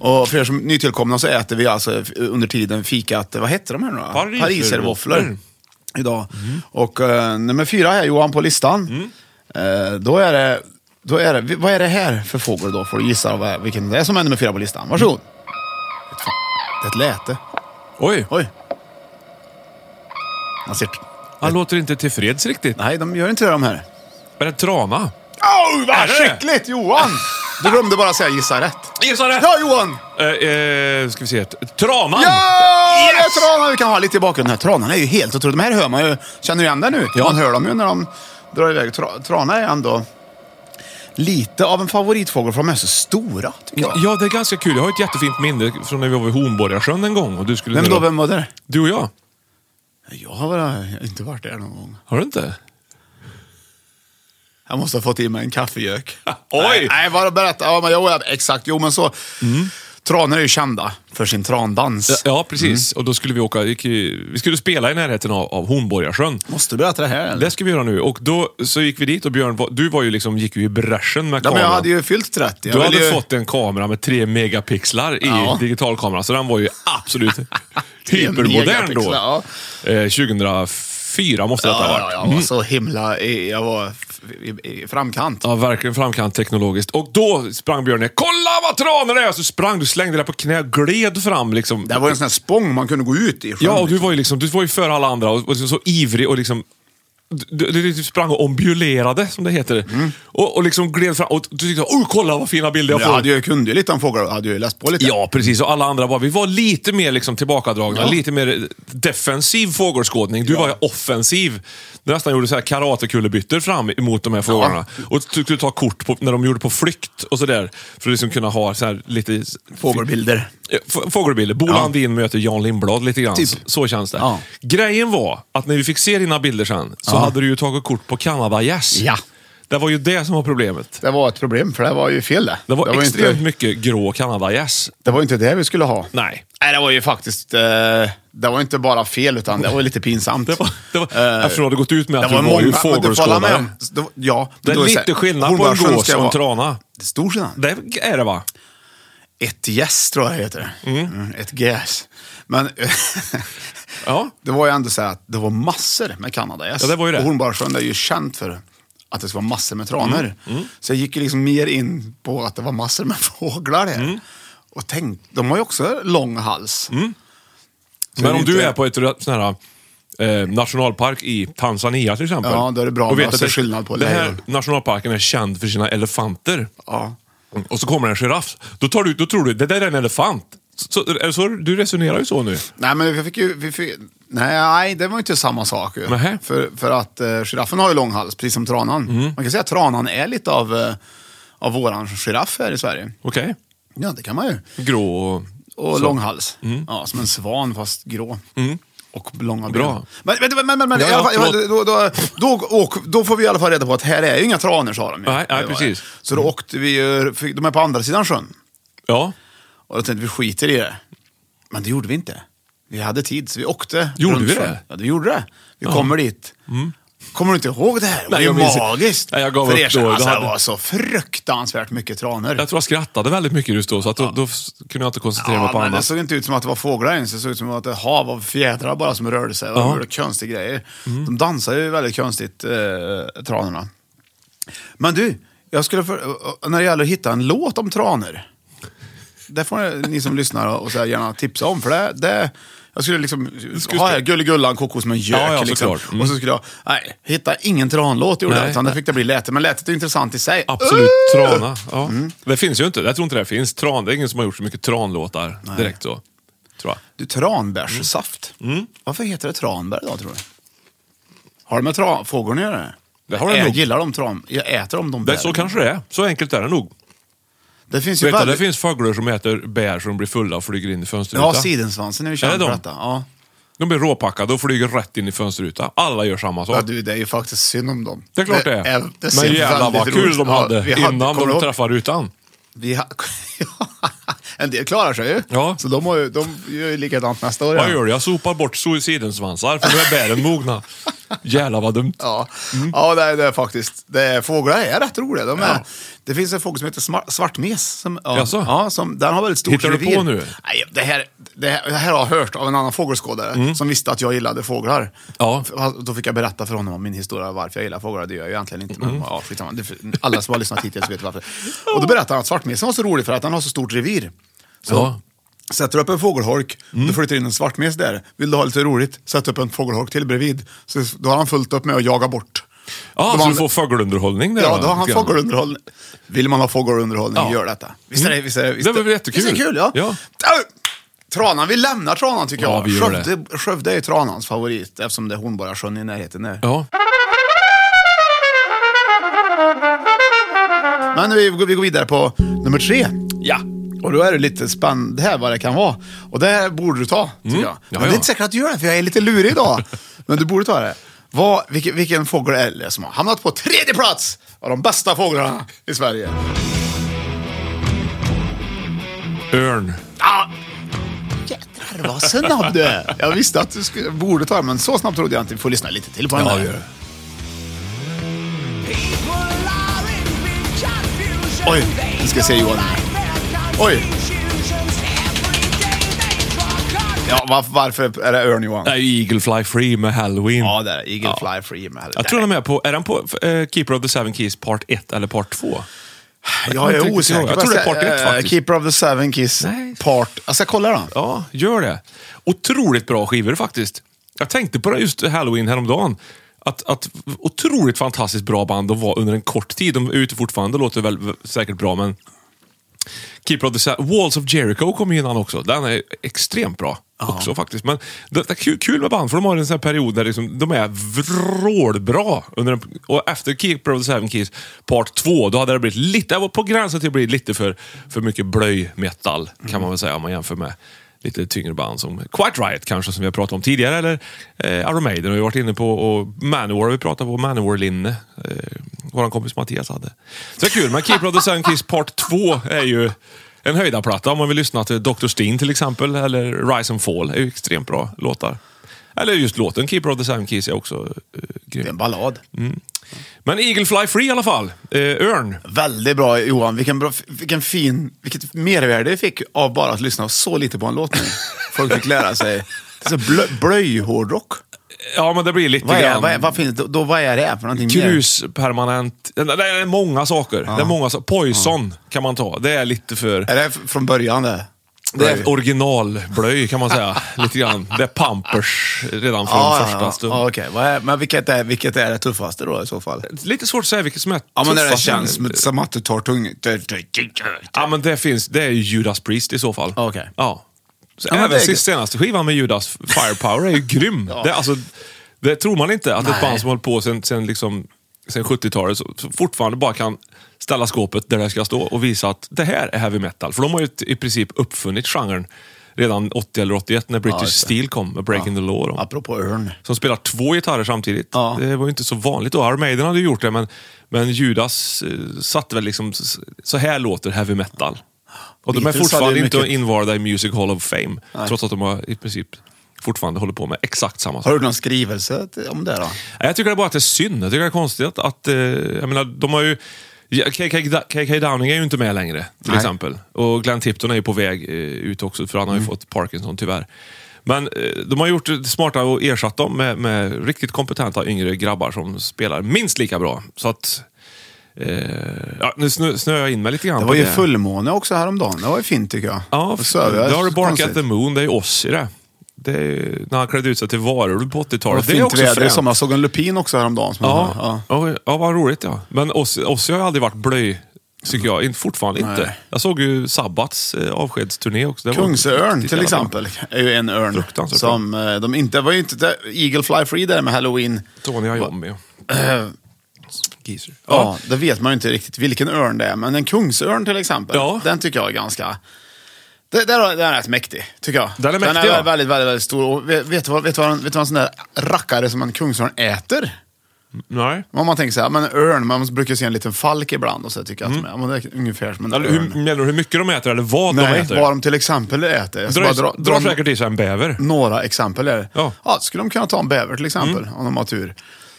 Och för er som är nytillkomna så äter vi alltså eh, under tiden fikat, eh, vad heter de här nu då?
Pariservåfflor.
Pariservåfflor. Idag. Och eh, nummer fyra här Johan på listan. Eh, då är det, då är det, vad är det här för fågel då? Får du gissa vad, vilken det är som är nummer fyra på listan. Varsågod. Ett fan- Det är ett läte.
Oj,
Oj. Man ser.
han låter inte tillfreds riktigt.
Nej, de gör inte det de här.
Är det trana?
Oh,
Är
vad
det?
skickligt Johan! Du glömde bara säga gissa rätt.
Gissa rätt!
Ja, Johan!
Eh, eh, ska vi se. Tranan!
Ja! Det är tranan vi kan ha lite i bakgrunden. här. Tranan är ju helt otroligt. De här hör man ju. Känner du igen det nu? Man hör dem ju när de drar iväg. Tra, tranan är ändå lite av en favoritfågel för de är så stora, tycker jag.
Ja, det är ganska kul. Jag har ett jättefint minne från när vi var vid Hornborgasjön en gång. Och du, skulle
Vem
ner
då?
och-
Vem var det?
du och jag.
Jag har väl inte varit där någon gång.
Har du inte?
Jag måste ha fått i mig en kaffegök.
Oj!
Nej, nej bara berätta. Ja, men, jo, ja, exakt. Jo, men så. Tranor är ju kända för sin trandans.
Mm. Ja, precis.
Mm.
Och då skulle vi åka... Gick, ju- vi skulle spela i närheten av, av Hornborgasjön.
Måste du berätta det här? Eller?
Det ska vi göra nu. Och då så gick vi dit och Björn, var- du var ju liksom, gick ju i bräschen med
Ja, men
kameran.
jag hade ju fyllt 30. Jag
Du
ville
hade
ju...
fått en kamera med tre megapixlar i
Ja.
digitalkamera, så den var ju absolut
Tre
hypermodern då.
megapixlar, ja.
Eh, 2004 måste detta ha
Ja, ja,
varit. Mm.
jag var så himla... i- Jag var f- i, i framkant.
Ja, verkligen framkant teknologiskt. Och då sprang Björn ner. Kolla vad tranor det är! Så sprang du, slängde dig på knä och gled fram liksom.
Det var en sån här spång man kunde gå ut i sjön.
Ja, och du
liksom.
var ju liksom, du var ju före alla andra och, och så, så ivrig och liksom... Du, du, du sprang och ombulerade, som det heter. Och, och liksom gled fram och du tyckte oh, kolla vad fina bilder jag
jag
får.
hade ju, kunde ju lite om fåglar, hade ju läst på lite.
Ja, precis. Och alla andra var, vi var lite mer liksom tillbakadragna, lite mer defensiv fågelskådning. Du var ju offensiv. Du nästan gjorde så här karatekullerbyttor fram emot de här fåglarna. Och så tyckte du ta kort på, när de gjorde på flykt och sådär. För att liksom kunna ha så här lite...
Fågelbilder.
Ja, Eh, f- Fågelbilder. Bo Landin möter Jan Lindblad lite grann.
Typ.
Så, så känns det.
Ja.
Grejen var att när vi fick se dina bilder sen så hade du ju tagit kort på Kanadagäss.
Ja.
Det var ju det som var problemet.
Det var ett problem, för det var ju fel det.
Det var,
ju
extremt
inte,
mycket grå Kanadagäss.
det var ju inte det vi skulle ha.
Nej.
Nej, det var ju faktiskt... Eh, det var inte bara fel, utan det var ju lite pinsamt.
Det var, det var,
Eh,
eftersom du hade gått ut med
det
att du var ju
många- men du får hålla med
fågelskådare.
om- det var- Ja. men
Det är
då så här,
lite skillnad på en
Hornborgasjön
gås
ska
och en
vara-
trana.
Det är stor skillnad.
Det är det va?
Ett gäss tror jag det heter. Mm, ett gäss. Men
Ja.
det var ju ändå så här att det var massor med kanadagäss.
Ja, det var ju det.
Och Hornborgasjön är ju känt för att det ska vara massor med tranor.
Mm,
Så jag gick ju liksom mer in på att det var massor med fåglar där.
Mm.
Och tänk, de har ju också lång hals. Så
Men
det
om
inte-
du är på ett rö- sån här eh, nationalpark i Tanzania till exempel.
Ja, då är det bra
och
att se
det-
skillnad på
Den här
lejon.
nationalparken är känd för sina elefanter.
Ja.
Mm, Och så kommer en giraff. Då, tar du, då tror du, det där är en elefant. Så, är det så, du resonerar ju så nu.
Nej, men vi fick ju... Vi fick, nej, det var ju inte samma sak. ju.
Nähä. Mm.
För, för att eh, giraffen har ju lång hals, precis som tranan. Man kan säga att tranan är lite av, eh, av våran giraff här i Sverige.
Okej.
Ja, det kan man ju.
Grå och...
Och lång hals.
Mm.
Ja, som en svan fast grå. Och långa ben.
Bra.
Men, men, men, men, men
Ja,
i alla fall,
ja,
då, då, då, då, åk- då får vi i alla fall reda på att här är ju inga tranor, sa de ju.
Nej, nej,
Det var
precis. Mm.
det. Så då åkte vi ju, för de är på andra sidan sjön.
Ja.
Och då tänkte vi skiter i det. Men det gjorde vi inte. Vi hade tid, så vi åkte.
Gjorde
runt
vi
sjön.
det? Mm.
Ja, det gjorde det. Vi kommer dit. Kommer du inte ihåg det här? Det var ju
jag minns inte.
magiskt.
Nej, jag gav
För
upp
er sen,
då.
Alltså,
Då
det
hade-
var så fruktansvärt mycket tranor.
Jag tror jag skrattade väldigt mycket just då, så att då, då f- kunde jag inte koncentrera mig på
men alltså- det
annat.
såg inte ut som att det var fåglar ens. Det såg ut som att det var ett hav av fjädrar bara som rörde sig. Och
Ja.
de gjorde konstiga grejer. De dansar ju väldigt konstigt, eh, tranorna. Men du, jag skulle för, när det gäller att hitta en låt om tranor. Det får ni som lyssnar och så här gärna tipsa om. För det, det, jag skulle liksom ha här Gulligullan, kokos med en gök.
Ja, ja,
liksom.
såklart. Mm.
Och så skulle jag, nej, hitta ingen tranlåt gjorde jag.
Nej,
Utan det
nej.
fick det bli lätet. Men lätet är ju intressant i sig.
Absolut
Uh! Mm.
trana. Ja. Det finns ju inte. Jag tror inte det finns. Tran, det är ingen som har gjort så mycket tranlåtar direkt så. tror jag.
Du,
Mm.
tranbärssaft. Varför heter det tranbär idag tror du? Har det med tra- fågeln att göra?
Det har det
jag
nog.
gillar de tran... Jag äter om de
Det, så kanske det är. Så enkelt är det nog.
Typ
Det finns ju
Vet du, det
väldigt...
finns fåglar som äter bär som blir fulla och flyger in i
Ja,
fönsterrutan.
sidensvansen är ju
Är
känd
det
för
de?
detta. Ja.
de blir råpackade och flyger rätt in i fönsterrutan. Alla gör samma sak.
Ja, du, det är ju faktiskt synd om dem.
Det är klart det är.
är- ser
Men jävlar vad
väldigt
kul
roligt-
de
Ja,
hade
vi
innan
kommer
de
ihåg?
träffade rutan.
Vi ha, en del klarar sig ju.
Ja.
Så de, har ju, de gör ju likadant nästa år.
Vad gör du? Jag sopar bort suicidensvansar för nu är bären mogna. Jävlar vad dumt.
Ja, ja det, är, det är faktiskt. Det är, fåglar är rätt roliga. De är,
Ja.
Det finns en fågel som heter smar- svartmes. Som, ja,
Jaså?
ja, som, den har väldigt stort
Hittar du
revir.
på nu?
Nej, det här, det, här, det här har jag hört av en annan fågelskådare som visste att jag gillade fåglar.
Mm. Ja.
F- Då fick jag berätta för honom om min historia varför jag gillar fåglar. Det gör jag ju egentligen inte, men
Mm.
ja, skitsamma. Det, alla som har lyssnat hittills vet varför. Och då berättade han att svartmesen var så rolig för att han har så stort revir. Så,
Ja.
Sätter du upp en fågelholk, du
Mm.
flyttar in en svartmes där. Vill du ha lite roligt, sätt upp en fågelholk till bredvid. Så, då har han fullt upp med att jaga bort.
Ja,
De
Ah, så
har-
du får fågelunderhållning där.
Ja,
va?
då har han
Lite grann.
fågelunderhållning. Vill man ha fågelunderhållning,
Ja.
gör detta. Visst är det,
Mm.
visst är det, visst
Det var väl jättekul.
Visst är det kul, ja.
Ja.
Au! Tranan, vi lämnar Tranan tycker
Ja,
jag.
vi gör det.
Skövde, Skövde är Tranans favorit eftersom det är Hornborgasjön i närheten där.
Ja.
Men vi, går- vi går vidare på nummer tre.
ja.
Och då är det lite spännande här vad det kan vara. Och det här borde du ta, tycker jag. Men
Mm. Ja,
det
ja.
är inte säkert att du gör det, för jag är lite lurig idag. Men du borde ta det. Vad, vilken, vilken fågel är det som har hamnat på tredje plats av de bästa fåglarna i Sverige?
Örn.
Jädrar vad snabb du är. Jag visste att du skulle, borde ta det, men så snabbt trodde jag inte. Vi får lyssna lite till på den
Ja,
här.
gör det.
Oj, nu ska jag se Johan. Oj. Ja, var, varför är det Örn Johan?
Det är ju Eagle Fly Free med Halloween.
Ja, det är Eagle Fly Free med.
Jag tror de är på, är den på eh, Keeper of the Seven Keys part 1 eller part 2?
Ja, jag
inte
är
riktigt
osäker.
ihåg. Jag tror det är part ett
Eh,
faktiskt.
Keeper of the Seven Keys
Nej.
part... Jag ska kolla då.
Ja, gör det. Otroligt bra skivor faktiskt. Jag tänkte på det just Halloween häromdagen. Att, att otroligt fantastiskt bra band de var under en kort tid. De är ute fortfarande, låter väl v- säkert bra, men... Keeper of the Sa- Walls of Jericho kom ju innan också. Den är extremt bra också faktiskt. Men det, det är kul, kul med band, för de har en sån här period där liksom, de är vrålbra. Under en, och efter Keeper of the Seven Keys Part 2, då hade det blivit lite, det var på gränsen till att bli lite för, för mycket blöjmetall, kan man väl säga om man jämför med lite tyngre band som Quiet Riot kanske, som vi har pratat om tidigare, eller eh, Iron Maiden har vi varit inne på, och Manowar har vi pratat på, Manowar-linne. Eh, Vår kompis Mattias hade. Så det är kul, men Keeper of the Seven Keys Part 2 är ju en höjdarplatta om man vill lyssna till Dr. Steen till exempel, eller Rise and Fall. är ju extremt bra låtar. Eller just låten Keeper of the Seven Keys är också eh,
Det är en
grym.
ballad.
Men Eagle Fly Free i alla fall. Eh, Örn.
Väldigt bra Johan, vilken, bra, vilken fin, vilket mervärde vi fick av bara att lyssna så lite på en låt nu. Folk fick lära sig. Det är så blö, blöjhårdrock.
Ja, men det blir lite
Vad är,
grann...
vad, är, vad, finns, då, då, vad är det för någonting mer?
Kruspermanent. Det är många saker. Det är många so- Poison kan man ta. Det är lite för...
Är det f- från början det?
Det är originalblöj kan man säga. lite grann. Det är Pampers redan från
Ah, Ja, ja,
första
ja.
stund.
Ja, okej. Vad är- Men vilket är, vilket är det tuffaste då i så fall?
Lite svårt att säga vilket som är
Ja, men när det
tuffast.
känns som, som att du tar tungan.
Ja, men det finns. Det är ju Judas Priest i så fall.
Okej.
Ja. Så
Ja, men det
även
är
sist,
gött.
senaste skivan med Judas Firepower är ju grym.
Ja.
Det, är alltså, det tror man inte, att ett
Nej.
band som hållit på sen, sen, liksom, sen 70-talet så, så fortfarande bara kan ställa skåpet där det ska stå och visa att det här är heavy metal. För de har ju t- i princip uppfunnit genren redan 80 eller 81 när British
just det.
Steel kom med Breaking the Law. och de-
Apropå örn.
som spelar två gitarrer samtidigt.
Ja.
Det var ju inte så vanligt då. Iron Maiden hade ju gjort det, men, men Judas eh, satte väl liksom, s- så här låter heavy metal. Och de är
Beatles hade
fortfarande
ju
inte
mycket-
invalda i Music Hall of Fame, trots att de har i princip fortfarande håller på med exakt samma
Har
sak.
du någon skrivelse till- om det då?
Nej, Jag tycker det bara att det är synd. Jag tycker det är konstigt att, att eh, jag menar, de har ju... Ja, KK Da- KK Downing är ju inte med längre, till
Nej.
exempel. Och Glenn Tipton är ju på väg eh, ut också, för han
Mm.
har ju fått Parkinson tyvärr. Men eh, de har gjort det smarta och ersatt dem med, med riktigt kompetenta yngre grabbar som spelar minst lika bra. Så att... Eh, ja, nu snö, snöar jag in mig lite grann
Det
på
var ju fullmåne också häromdagen. Det var ju fint tycker jag.
Ja,
Och
f-
så över.
då har du Bark at
Konstigt.
the Moon, det är ju oss i det. det är, ju- när han klädde ut sig till varulv på 80-talet.
Det
Det är
fint
också
väder i
fränt.
sommar. Jag såg en lupin också häromdagen. Som jag
Ja,
hörde.
ja. ja vad roligt ja. Men Ossi Ossi har ju aldrig varit blöj Tycker jag. Inte, fortfarande inte.
Nej.
Jag såg ju Sabbats eh, avskedsturné också. Det var
Kungsörn
riktigt
till
jävla bra.
exempel är ju en örn.
Fruktansvärt bra.
Som eh, de inte, det var ju inte där, Eagle Fly Free där med Halloween.
Tony Iommi. Geezer.
Eh, Ja. det vet man ju inte riktigt vilken örn det är. Men en kungsörn till exempel,
Ja.
den tycker jag är ganska... Det, där har- den är rätt mäktig, tycker jag.
Den är mäktig,
Den är
ja.
väldigt, väldigt, väldigt stor. Och vet, vet, du vad, vet, du vad, en- vet du vad en sån där rackare som en kungsörn äter?
Nej.
Om man tänker så här, men en örn, man brukar se en liten falk ibland och så tycker jag att de är, men det är ungefär som en
Mm. Eller, hur,
örn.
menar du hur mycket de äter eller vad de
Nej,
äter?
vad de till exempel äter. Jag ska
Dra,
bara
dra, dra säkert i sig en bäver.
några exempel är det.
Ja. Mm.
Ja. skulle de kunna ta en bäver till exempel, om de har tur.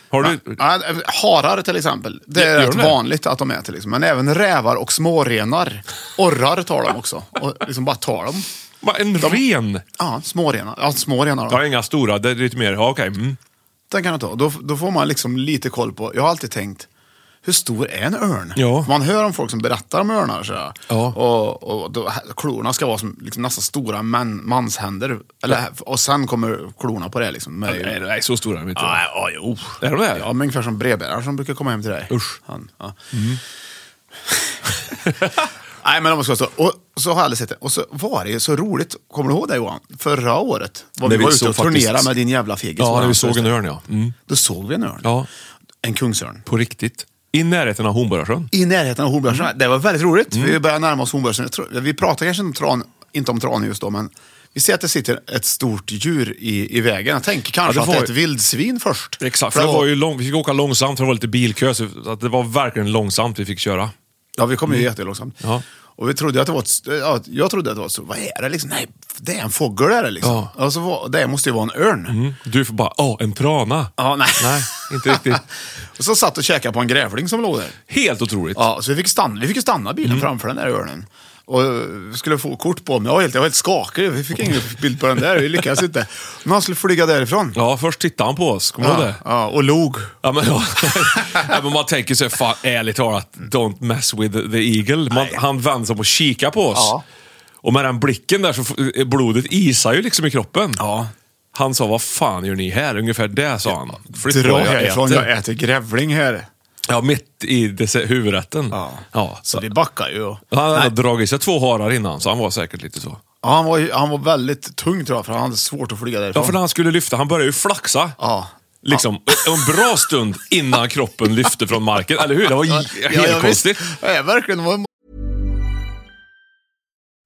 Har du...
Ja, harar till exempel, det
Gör
är
de
rätt
det?
vanligt att de äter. Liksom. Men även rävar och smårenar. Orrar tar de också. Och liksom bara tar dem.
Va, en ren?
Ja, smårenar. Ja, smårenar.
Ja,
Då.
inga stora. Det är lite mer... Ja, okej. Mm.
Den kan de ta. Då, då får man liksom lite koll på, jag har alltid tänkt, hur stor är en örn?
Ja.
Man hör om folk som berättar om örnar. Så här.
Ja.
Och, och då, klorna ska vara som liksom, nästan stora man, manshänder. Eller, och sen kommer klorna på det. Liksom, med,
Nej, nej, så stora är de inte.
Ja, ja, jo.
Är de det?
Ja, men ungefär som brevbäraren som brukar komma hem till dig.
Usch. Mm.
Han, ja. Nej, men om man ska så. Och så har jag aldrig sett det. Och så var det ju så roligt. Kommer du ihåg det Johan? Förra året var
När
vi,
vi
var ute
såg
och turnerade
faktiskt-
med din jävla fegis.
Ja,
var
när vi
han,
såg
just
en
det.
örn, ja. Mm.
Då såg vi en örn.
Ja.
En kungsörn.
På riktigt. I närheten av Hornborgasjön.
I närheten av Hornborgasjön. Mm. Det var väldigt roligt.
Mm.
Vi börjar närma oss Hornborgasjön. Jag tror- Vi pratar kanske inte om, tran, inte om tran just då, men vi ser att det sitter ett stort djur i, i vägen. Jag tänker kanske
det
att det är
var
ett
ju-
vildsvin först.
Exakt, för det var ju lång, vi fick åka långsamt för det var lite bilkö. Så så att det var verkligen långsamt vi fick köra.
Ja, vi kom ju jättelångsamt.
Mm. Ja.
Och vi trodde att det var ett, ja, jag trodde att det var så. Vad är det liksom? Nej, det är en fågel är det liksom.
Ja.
Och så var, det måste ju vara en örn.
Mm. Du får bara, åh, en trana.
Ja, nej.
Nej, inte riktigt.
och så satt och käkade på en grävling som låg där.
Helt otroligt.
Ja, så vi fick stanna, vi fick ju stanna bilen
Mm.
framför den där örnen. Och eh, vi skulle få kort på mig. Jag var helt, jag var helt skakig. Vi fick ingen bild på den där. Vi lyckades inte. Men han skulle flyga därifrån.
Ja, först tittade han på oss. Kommer du ihåg
ja,
det?
ja, och log.
Ja, men, ja. ja, men man tänker sig, fan, ärligt talat, don't mess with the eagle. Man, han vände sig om och kikade på oss.
Ja.
Och med den blicken där så f- eh, blodet isar ju liksom i kroppen.
Ja.
Han sa, vad fan gör ni här? Ungefär det sa han. Flytta
Dra
vad jag
härifrån.
äter.
Jag äter grävling här.
Ja, mitt i dessert- huvudrätten. Ja,
Så
så.
vi backar ju. och-
Han hade dragit sig två harar innan, så han var säkert lite så.
Ja, han, var, ju- han var väldigt tung tror jag, för han hade svårt att flyga därifrån.
Ja, för när han skulle lyfta, han började ju flaxa.
Ja.
Liksom, en bra stund innan kroppen lyfte från marken, eller hur? Det var j-
Ja,
helt
ja, visst.
konstigt.
Ja, verkligen. Det var en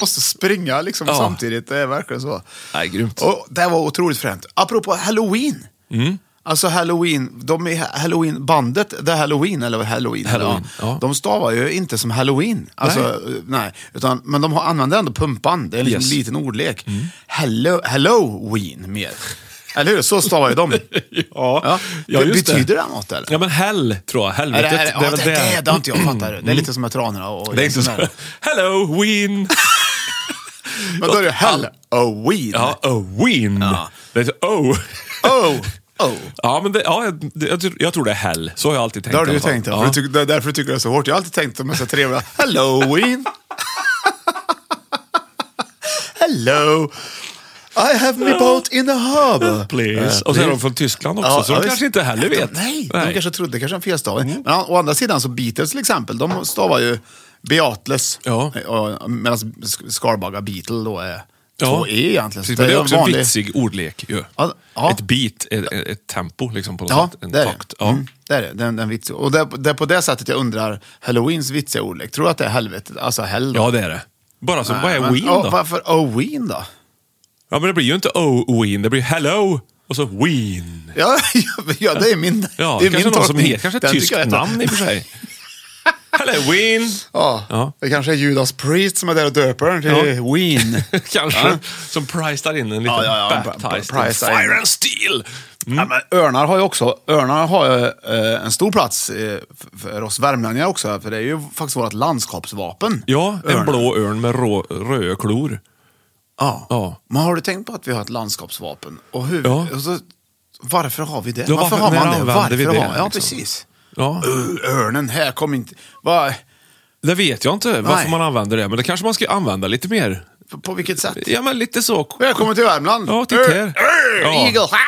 måste springa liksom
Ja.
samtidigt. Det är verkligen så.
Nej, grymt. Mm.
Och det var otroligt fränt. Apropå halloween. Alltså halloween, de i halloween, bandet The Halloween, eller vad halloween,
Halloween,
ja.
ja.
de stavar ju inte som halloween. Alltså, eh, nej. Utan, men de har- använder ändå pumpan, det är en
Yes. Mm.
liten, liten ordlek. Hello, halloween mer. Eller hur? Så stavar ju de.
Ja,
Ja,
ja just
Betyder
det.
det, något eller?
Ja, men hell tror jag.
Är det,
Helvetet.
är det, ja,
väl Mm.
det, det, det har inte jag fattat. Det är lite som med tranorna och, och
Det är inte så.
sådär.
Halloween!
Men då är det halloween.
Ja, Oween. Det är så O.
Oh, Oh.
Ja, men det, ja, jag, det- jag, tror- jag tror det är hell. Så har jag alltid tänkt.
Det har
i
du ju
alla fall.
tänkt, ja. för
ja.
du tycker- det är därför du tycker det är så hårt. Jag har alltid tänkt de är så trevliga. Halloween! Hello! I have my boat in the harbor.
Please.
Eh,
Och så är
please.
de från Tyskland också, så de
visst.
kanske inte heller vet.
Nej,
Nej.
de kanske trodde kanske en felstavning. Men å å andra sidan, så Beatles till exempel, de stavar ju Beatles.
Ja.
Medan Skarbagga Beatle då är
Ja.
två E egentligen. Så
Precis, men det är
en
också
vanlig-
en vitsig ordlek ju.
Ja, ja.
Ett beat, ett, ett tempo liksom på något
Ja,
sätt. En
det är det.
takt. Ja.
Mm, det är det. Den, den vitsen. Och det, är- det är på det sättet jag undrar Halloweens vitsiga ordlek. Tror du att det är helvetet? Alltså hell? då?
ja, det är det. Bara så, vad är
Men-
ween
ja,
då?
Varför Oween då?
Ja, men det blir ju inte oh-ween, det blir hello och så ween.
Ja, ja, ja, det är min
Ja,
det är
kanske
min
någon som
tolkning.
heter, kanske ett
Den
tyskt
tycker jag är-
namn i och för sig. hello ween.
Ja,
Ja.
det kanske är Judas Priest som är där och döper den till
Ja.
Eh, Ween.
Kanske. Som Price där in en liten
Ja, ja, ja,
baptized
Price
in
där in.
fire and steel. Mm.
Ja, men örnar har ju också, örnar har ju, eh, en stor plats eh, f- för oss värmlänningar också, för det är ju faktiskt vårt landskapsvapen.
Ja, en
Örnar.
blå örn med rå, röda klor.
Ja.
Ja.
Men har du tänkt på att vi har ett landskapsvapen? Och hur,
Ja.
och så, varför har vi det?
Ja,
varför,
varför-
har
när
man det?
använder
Varför
vi det,
har, Ja,
liksom?
precis.
Ja.
Ö, Örnen, här kom inte... Va,
Det vet jag inte varför
Nej.
man använder det, men det kanske man ska använda lite mer.
på, på vilket sätt?
Ja, men lite så.
Välkommen till Värmland!
Ja, titta här.
Ö, ö,
Ja.
Eagle! Ah!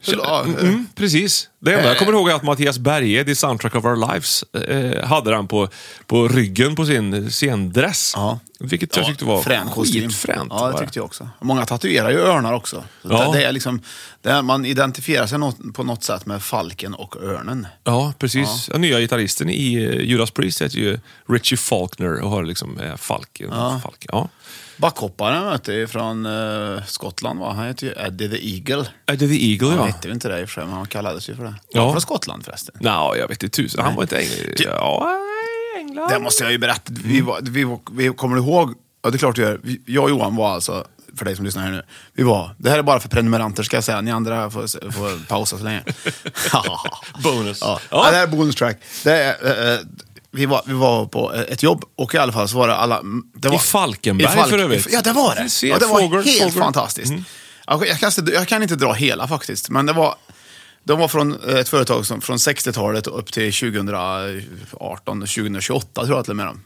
Ja,
Mm, mm, precis. Det enda jag kommer ihåg är att Mattias Berghed i Soundtrack of Our Lives eh, hade den på, på ryggen på sin scendress.
Ja.
Vilket jag tyckte var
frän kostym.
skitfränt.
Ja,
var
det tyckte jag också. Många tatuerar ju örnar också. Så
Ja.
det, det är liksom, det är, man identifierar sig nå- på något sätt med falken och örnen.
Ja, precis. Den nya gitarristen i eh, Judas Priest heter ju Richie Faulkner och har liksom eh, Falken. Ja. Falk, ja.
Backhopparen vet du, från eh, Skottland, va? han heter ju Eddie the Eagle.
Är det The Eagle,
Han
ja?
hette ju inte det i och för sig, men han kallades ju för det.
Ja.
Ja. Från Skottland förresten.
Nå, jag vet inte tusan. Han var inte engel... Ja, England.
Det måste jag ju berätta. Vi, var, vi, var, vi kommer du ihåg, ja det är klart du gör. Vi- Jag och Johan var alltså, för dig som lyssnar här nu, vi var, det här är bara för prenumeranter ska jag säga, ni andra får, får pausa så länge.
Bonus.
Ja.
Ja.
Ja, det här är bonus track. Det är, eh, eh, vi, var, vi var på eh, ett jobb och i alla fall så var det alla... Det var,
I Falkenberg för övrigt.
Ja, det var
Du
det.
ser, Mm.
Ja, det var
fågel,
helt
fågel.
fantastiskt. Jag, jag, kan, inte- jag kan inte dra hela faktiskt, men det var... De var från eh, ett företag som, från 60-talet upp till 2018, 2028 tror jag till och med. de-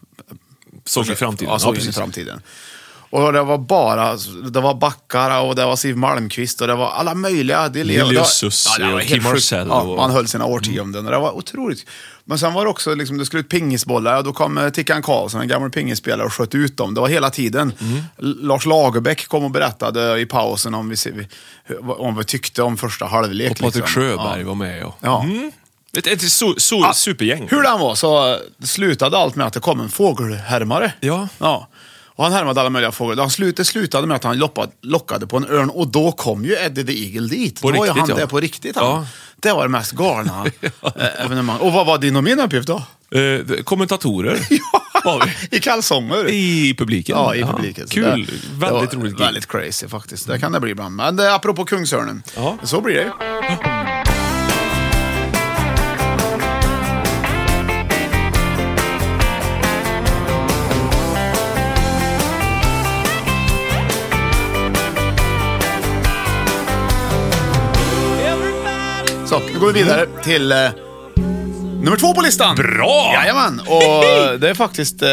Såg i framtiden.
Ja, såg in i
precis.
framtiden. Och det var bara, det var Backara och det var Siw Malmkvist och det var alla möjliga. Det elever.
Lilius
Det var-
Sussie
det var
och
helt
Kim
sjukt.
Marcello
Ja,
och-
man höll sina årtionden och det var otroligt. Men sen var det också, liksom, det skulle ut pingisbollar och då kom eh, Tickan Karlsson, en gammal pingisspelare, och sköt ut dem. Det var hela tiden.
Mm.
L- Lars Lagerbäck kom och berättade i pausen om, vi, se- vi- om vi tyckte om första halvlek.
Och Patrik
liksom.
Sjöberg
Ja.
var Mm. med. Och...
Ja.
Ett, ett so, so,
Ja,
supergäng.
Hur det än var så eh, slutade allt med att det kom en fågelhärmare.
Ja.
ja. Och han härmade alla möjliga fåglar. Han slut, det slutade med att han loppade, lockade på en örn och då kom ju Eddie the Eagle dit.
På
då var ju
riktigt,
han
ja.
där på riktigt. Han.
Ja.
Det var det mest galna eh, evenemang. Och vad var din och min uppgift då?
Eh, kommentatorer var vi.
I kalsonger.
I publiken.
Ja, i publiken. Så
Kul.
det- det
väldigt
var
roligt gig.
Väldigt crazy faktiskt. Det kan det bli ibland. Men eh, apropå Kungsörnen,
Ja.
så blir det ju. Så, nu går vi vidare till eh, nummer två på listan.
Bra!
Jajamän, och det är faktiskt... Eh,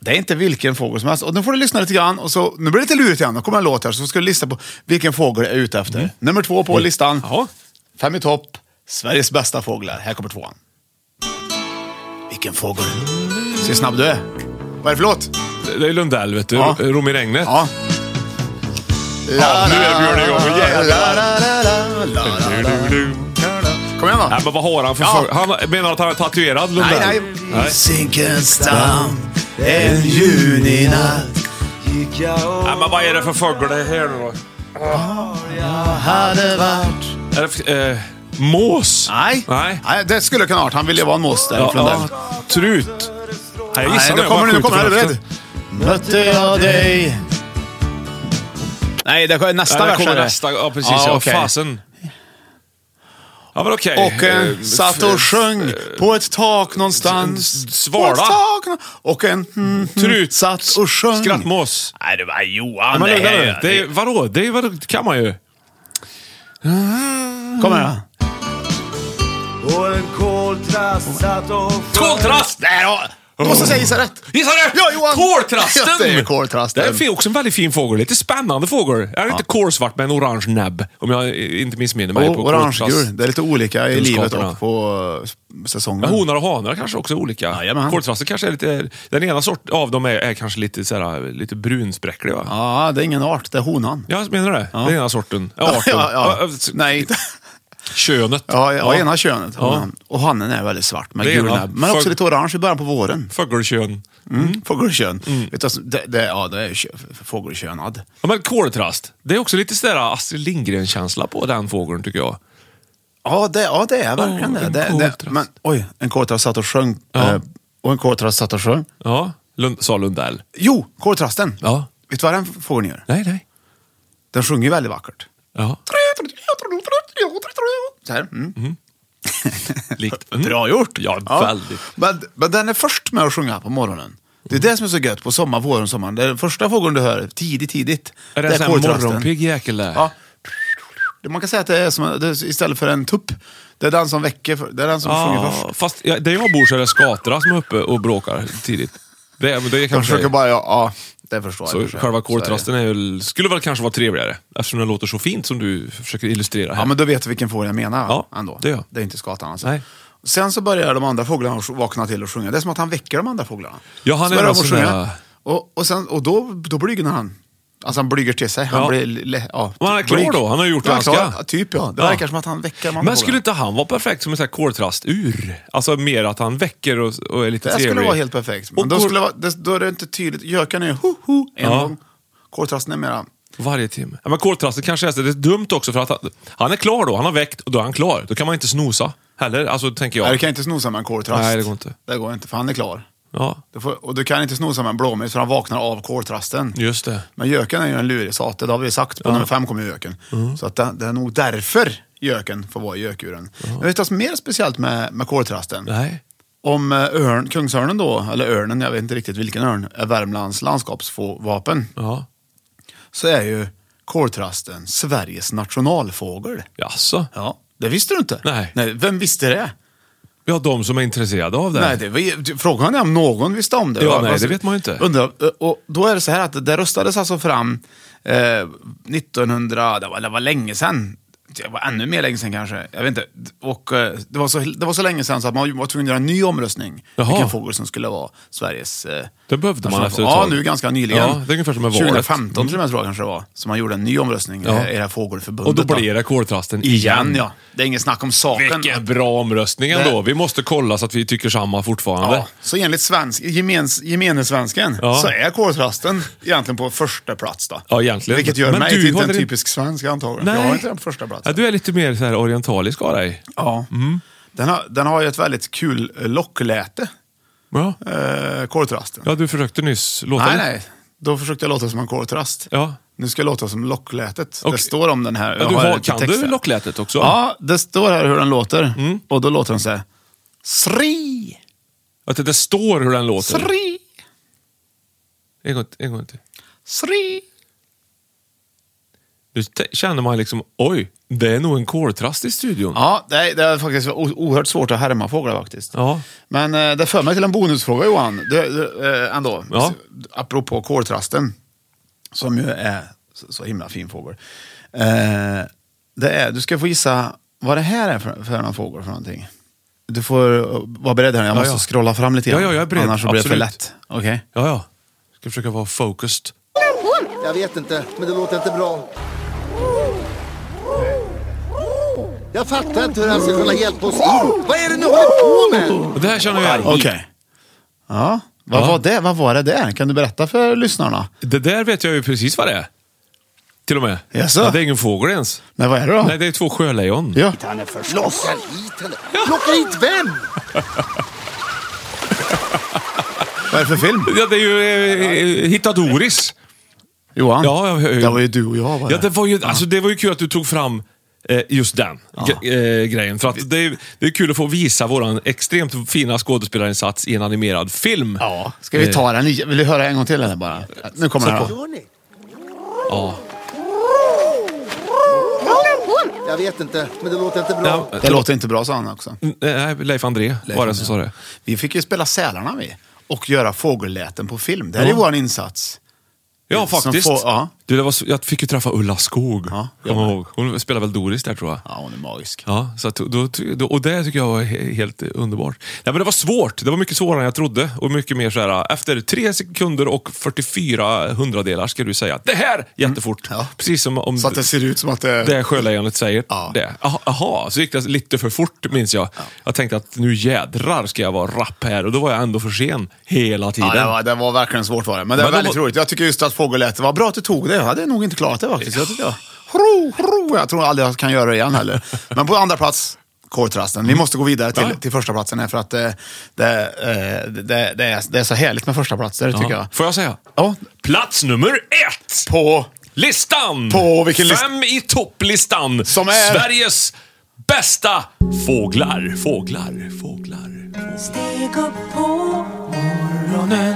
Det är inte vilken fågel som helst. Och nu får du lyssna lite grann. Och så, nu blir det lite lurigt igen. Nu kommer en låt här, så ska du lista på vilken fågel jag är ute efter. Nummer två på listan.
Mm. Ja.
Fem i topp. Sveriges bästa fåglar. Här kommer tvåan. Vilken fågel. Se hur snabb du är. Vad är det för låt?
Det är Lundell, vet du.
Ja.
Rom i regnet.
Ja.
Ja, nu är Björn igång. Jävlar.
Kom igen då.
Nej, men vad har han för
Ja.
för... Han menar att han är tatuerad, Lundell?
Nej, nej. Zinkensdamm, en juninatt
Nej, men vad är det för fågel det är här nu då?
hade varit...
Är det, f- eh, mås?
Nej.
Nej.
Nej, det skulle kunna ha varit. Han ville vara en mås där
Ja,
från
ja.
där.
Trut. Nej, jag
Nej,
gissar
nu kommer
jag
nu kommer
bara
Är du
skjuter
beredd?
från
Mötte jag dig... Nej, det är nästa
Nej, det
vers. är
kommer
det.
nästa. Ja, precis. Ja,
okej.
fasen. Ja, men okej.
Och en
Eh,
satt och sjöng på ett tak någonstans.
s- svala.
På ett tak nå- Och en mm,
Trut.
satt och sjöng.
Skrattmås.
Nej, det var Johan.
Men
det
lugna
här-
nu. Det är, vadå? Det är, vadå? kan man ju.
Kom här.
Och en koltrast satt och
Koltrast!
Där har... Du måste säga gissa rätt.
Gissar du?
Ja, Johan.
Koltrasten!
Ja, det är koltrasten.
Det är fi- också en väldigt fin fågel. Lite spännande fågel. Är det inte kolsvart med en orange näbb? Om jag eh, inte missminner mig.
Och
på
orangegul.
koltrast.
Det är lite olika i livet
Kunskaperna.
och på eh, säsongen.
Ja, honor och hanar kanske också är olika.
Jajamän.
Koltrasten kanske är lite... Den ena sort av dem är, är kanske lite, så här, lite brunspräcklig va?
Ja, det är ingen art. Det är honan.
Ja, menar du det? Den ena sorten. Ja, arten.
ja,
Ja,
ja.
s-
Nej, inte.
Könet.
Ja, ja, ena könet.
Ja.
honan. Och hannen är väldigt svart med
Det
gul
ena.
näbb. Men
För-
också lite orange i början på våren.
Fågelkön.
Mm. Fågelkön. Vet du, alltså, det, det, ja, det är kö- fågelkönad.
Ja, men koltrast. Det är också lite sådär Astrid Lindgren-känsla på den fågeln tycker jag.
Ja, det, ja, det är verkligen
Åh,
det.
en
det,
koltrast.
det men, oj, en koltrast satt och sjöng. Eh, och en koltrast satt och sjöng.
Ja, Lund, sa Lundell.
Jo, koltrasten.
Ja.
Vet du vad den fågeln gör?
Nej, nej.
Den sjunger ju väldigt vackert.
Ja,
Så här. Mm.
likt. Mm.
Bra gjort!
Ja, väldigt. Mm.
Men, men den är först med att sjunga på morgonen. Det är det som är så gött på sommar, våren, sommaren. Det är den första fågeln du hör tidigt, tidigt.
Är det en sån här
koltrasten.
morgonpigg jäkel där?
Ja. Det- Man kan säga att det är som, det är istället för en tupp. Det är den som väcker, för- det är den som
Ah,
sjunger först.
Ja, fast ja, där jag bor så är det skatra som är uppe och bråkar tidigt. Det, är- men det är
Jag
kanske...
försöker bara, ja, ja det förstår
så
jag.
själva
Så är
koltrasten är ju, skulle väl kanske vara trevligare, eftersom den låter så fint som du försöker illustrera
det.
här.
Ja, men då vet du vilken fågel jag menar
Ja,
ändå.
det gör jag.
är inte skatan alltså.
Nej.
Sen så börjar de andra fåglarna att vakna till och sjunga. Det är som att han väcker de andra fåglarna.
Ja, han
så
är
börjar
en
de att
sån
sjunga.
där-
Och, och, sen, och då, då blygnar han. Alltså han blyger till sig. Han
Ja.
blir... le- Ja,
Men han är klar
blyg.
då? Han har gjort
Ja,
vad han
klar.
ska.
Ja, Typ ja. Det
Ja.
verkar som att han väcker de andra
Men skulle
fåglarna.
inte han vara perfekt som en sån här koltrastur? Alltså mer att han väcker och, och är lite
Det här
trevlig.
skulle vara helt perfekt. Men
Och
då,
kol-
skulle det vara, det, då är det inte tydligt. Gökan är ho, ho en
Ja.
gång. Koltrasten är mera...
Varje timme. Ja, men koltrasten kanske är så. Det är dumt också för att han, han är klar då. Han har väckt och då är han klar. Då kan man inte snosa heller, alltså tänker jag.
Nej, du kan inte snosa med en koltrast.
Nej, det går inte.
Det går inte, för han är klar.
Ja,
Du får, och du kan inte snosa med en blåmes för han vaknar av koltrasten.
just det.
Men göken är ju en lurig sate, det har vi ju sagt. På nummer fem kommer göken.
Mm.
Så att det, det är nog därför göken får vara i gökuren. Men vet du vad som är mer speciellt med, med koltrasten?
Nej.
Om eh, örn, kungsörnen då, eller örnen, jag vet inte riktigt vilken örn, är Värmlands landskapsvapen.
Ja.
Så är ju koltrasten Sveriges nationalfågel.
Jaså?
Ja, det visste du inte.
Nej.
vem visste det?
Ja, de som är intresserade av det.
Nej, det var, frågan är om någon visste om det.
Ja,
Va-
nej,
alltså,
det vet man ju inte.
Undrar, och då är det så här att det röstades alltså fram eh, 1900, det var, det var länge sedan. Det var ännu mer länge sedan kanske. Jag vet inte. Och, eh, det, var så, det var så länge sedan så att man var tvungen att göra en ny omröstning.
Jaha.
Vilken fågel som skulle vara Sveriges... Eh,
Det behövde man
nationalfågel.
efter ett
Ja,
tag.
nu ganska nyligen.
Ja, det är ungefär som med valet.
2015 till
Mm.
och med tror jag kanske det var. Så man gjorde en ny omröstning eh,
Ja.
i det här fågelförbundet.
Och då blir det koltrasten igen.
Igen ja. Det är inget snack om saken.
Vilken bra omröstning ändå. Vi måste kolla så att vi tycker samma fortfarande.
Ja, så enligt svensk, gemens, gemene svensken
Ja.
så är koltrasten egentligen på första plats då.
Ja, egentligen.
Vilket gör
Men
mig
du
till inte
håller
en
in-
typisk svensk antagligen.
Nej.
Jag har inte den på första plats.
Ja, du Mm. är lite mer så här orientalisk av dig.
Ja. Den, har, den har ju ett väldigt kul eh, lockläte,
Ja.
eh, koltrasten.
ja, du försökte nyss låta
nej,
lite-
nej. Då försökte jag låta som en koltrast.
Ja.
Nu ska jag låta som locklätet.
Okej.
Det står om den här.
Ja,
Jag
du har,
lite
kan
text
du Mm.
här.
locklätet också?
Ja, det står här hur den låter. Och då låter den så här. Sri!
Att det, det står hur den låter?
Sri!
En gång, en gång till.
Sri!
Nu t- känner man liksom, oj, det är nog en koltrast i studion.
Ja, det är, det är faktiskt o- oerhört svårt att härma fåglar faktiskt.
Ja.
Men eh, det för mig till en bonusfråga Johan, du, du, eh, ändå.
Ja.
Apropå koltrasten, som ju är så, så himla fin fågel. Eh, det är, du ska få gissa vad det här är för, för någon fågel för någonting. Du får eh, vara beredd här, jag måste
ja.
scrolla fram lite grann.
Ja, ja, jag är beredd.
Annars så blir det för
Absolut.
lätt. Okej.
Ja, ja. Ska försöka vara focused.
Jag vet inte, men det låter inte bra. Jag fattar inte hur han ska kunna hjälpa oss in. Vad är det ni håller på med?
Och det här känner jag igen.
Okej. Ja, vad,
Ja.
Var det, vad var det där? Kan du berätta för lyssnarna?
Det där vet jag ju precis vad det är. Till och med.
Jaså?
Ja, det är ingen fågel ens.
Nej, vad är det då?
Nej, det är två sjölejon.
Ja.
Lockar hit henne. Lockar hit vem?
Vad är det för film?
Ja, det är ju eh, eh, Hitta Doris.
Johan,
Ja, jag hör ju.
det var ju du och jag. Var
Ja, det var ju, alltså, det var ju kul att du tog fram eh, just den ge- eh, grejen. För att det, är, det är kul att få visa vår extremt fina skådespelarinsats i en animerad film.
Ja, ska vi ta den? i- Vill du höra en gång till eller bara? Nu kommer den. här.
Gör ni?
Ja.
Jag vet inte, men det låter inte bra.
Nej,
Det låter inte bra, sa han också.
Eh, Nej, Leif André var det som sa det.
Vi fick ju spela Sälarna vi. Och göra fågelläten på film. Det här är vår insats.
Ja,
Som
faktiskt.
får- ja.
du, det var, så- jag fick ju träffa Ulla Skog.
Ja, jag
kommer jag
med.
ihåg. Hon spelar väl Doris där tror jag.
Ja, hon är magisk.
Ja, så att, då, då, och det tycker jag var he- helt eh, underbart. Nej, men det var svårt. Det var mycket svårare än jag trodde. Och mycket mer så här, efter tre sekunder och 44 hundradelar ska du säga det här jättefort.
Mm. Ja.
Precis som om
Så att det ser ut som att det...
det sjölejonet säger
Ja.
det. Aha, aha, så gick det lite för fort minns jag. Jag tänkte att nu jädrar ska jag vara rapp här och då var jag ändå för sen hela tiden.
Ja, det, var, det var verkligen svårt var det. Men det
Men
var
då
väldigt
var-
roligt. Jag tycker just att fågelläten var bra att du tog det. Jag hade nog inte klarat det faktiskt. Jag, tyckte jag, hro, hro. jag tror aldrig jag kan göra det igen heller. Men på andra plats, koltrasten. Vi måste gå vidare till,
Ja.
till första platsen här för att eh, det, eh, det, det, det, är, det är så härligt med första platser tycker jag.
Får jag säga?
Ja,
Plats nummer ett!
på...
Listan!
På vilken list-
Fem i topplistan.
Som är-
Sveriges bästa fåglar. Fåglar, fåglar.
Steg upp på morgonen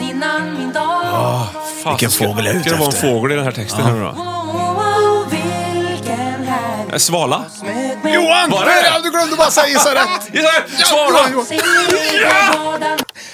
innan min dag
Ah, fan,
Vilken
ska-
fågel är jag ute
Ska det vara en
efter? Ah.
fågel i den här texten här nu då?
Åh, vilken härlig
Eh, Svala?
Johan!
Var det?
Ja, Du glömde bara säga gissa rätt!
Gissa rätt! Svala!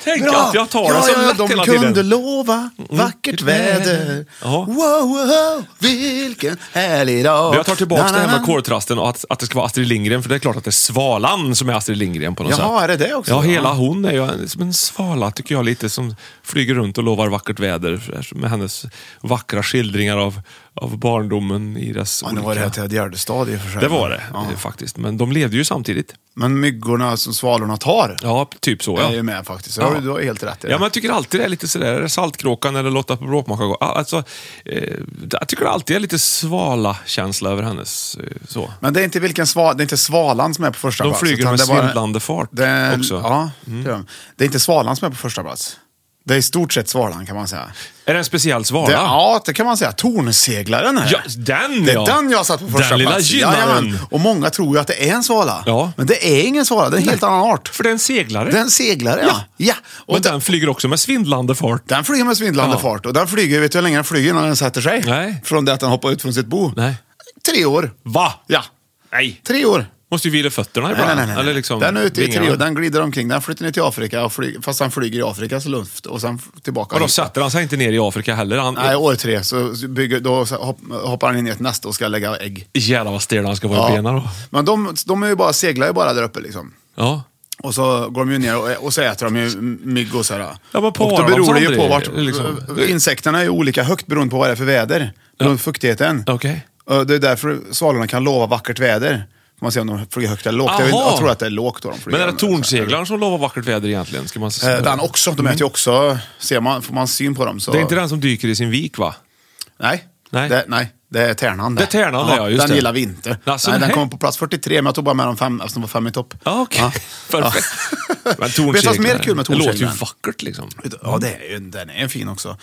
Tänk att jag tar den
ja,
som
ja,
lätt hela
De kunde
tiden. Mm.
lova vackert väder.
Ja.
Wow, wow, vilken härlig dag.
Men Jag tar tillbaka
Na,
det här
na,
med
na.
kårtrasten och att, att det ska vara Astrid Lindgren, för det är klart att det är Svalan som är Astrid Lindgren på något sätt.
Jaha, är det det också?
Ja, hela
Ja.
hon är ju en- som en svala tycker jag lite, som flyger runt och lovar vackert väder med hennes vackra skildringar av, av barndomen i dess
Ja, nu
olika...
var det här till ett Gärdestad i och för sig.
Det var det
Ja.
eh, faktiskt, men de levde ju samtidigt.
Men myggorna som svalorna tar
Ja, typ så.
är ju
Ja.
med faktiskt.
Ja.
Ja. Du har helt rätt i det.
Ja, men jag tycker alltid det är lite sådär, Saltkråkan eller Lotta på Bråkmakargatan. Alltså, eh, jag tycker alltid det är lite svala-känsla över hennes... Eh, så.
Men det är inte vilken sval, det är inte svalan som är på första
De
plats.
flyger
utan
med
det är bara-
svindlande fart
det är,
också. Mm.
Ja, det, gör de. det är inte svalan som är på första plats. Det är i stort sett svalan kan man säga.
Är det en speciell svala?
Det, ja, det kan man säga. Tornseglaren här.
Ja, den
Det är
ja.
den jag satt på första
Den lilla
plats.
gynnaren.
Jajamän. Och många tror ju att det är en svala.
Ja.
Men det är ingen svala, det är en helt annan art.
För det är en seglare.
Det är en seglare, ja. ja. Och
Men
den,
den flyger också med svindlande fart.
den flyger med svindlande
Ja.
fart. Och den flyger, vet du hur länge den flyger innan den sätter sig?
Nej.
Från det att den hoppar ut från sitt bo?
Nej.
Tre år.
Va?
Ja,
Nej.
tre år.
Måste ju vila fötterna
Nej,
ibland.
nej, nej, nej.
Eller liksom
den är ute i
vingarna.
tre år, den glider omkring. Den flyttar ner till Afrika, och fly, fast han flyger i Afrikas luft och sen f- tillbaka.
Och då
hit.
sätter han sig inte ner i Afrika heller. Han...
Nej, år tre så bygger, då hopp- hoppar han in i ett näste och ska lägga ägg.
Jävlar vad stel han ska vara i benen då.
Men de, de är ju bara, seglar ju bara där uppe liksom.
Ja.
Och så går de ju ner och, och så äter de ju mygg och sådär.
Ja, men parar
och då
de
beror
sig
det ju på vart...
aldrig, liksom?
Insekterna är ju olika högt beroende på vad det är för väder. Beroende på fuktigheten.
Okej.
Och Det är därför svalorna kan lova vackert väder. Får man se om de flyger högt eller lågt. Jag, vet-
Aha.
jag tror att det är lågt då de flyger.
Men är det tornseglaren som lovar vackert väder egentligen? Ska man...
Eh, Den också. De äter ju också... Ser man, får man syn på dem så...
Mm. Det är inte den som dyker i sin vik va?
Nej.
Nej.
Det, nej. Det är tärnan
Det är tärnan, ja, just
Den
det.
gillar vi inte.
Alltså,
nej, den
nej.
kommer på plats 43, men jag tog bara med de fem eftersom de var fem i topp.
Ja, okej. Perfekt. Men tornseglaren.
Vet du vad som är kul med
Det låter ju
tornseglaren?
vackert liksom.
Ja, det är, ju- den är fin också.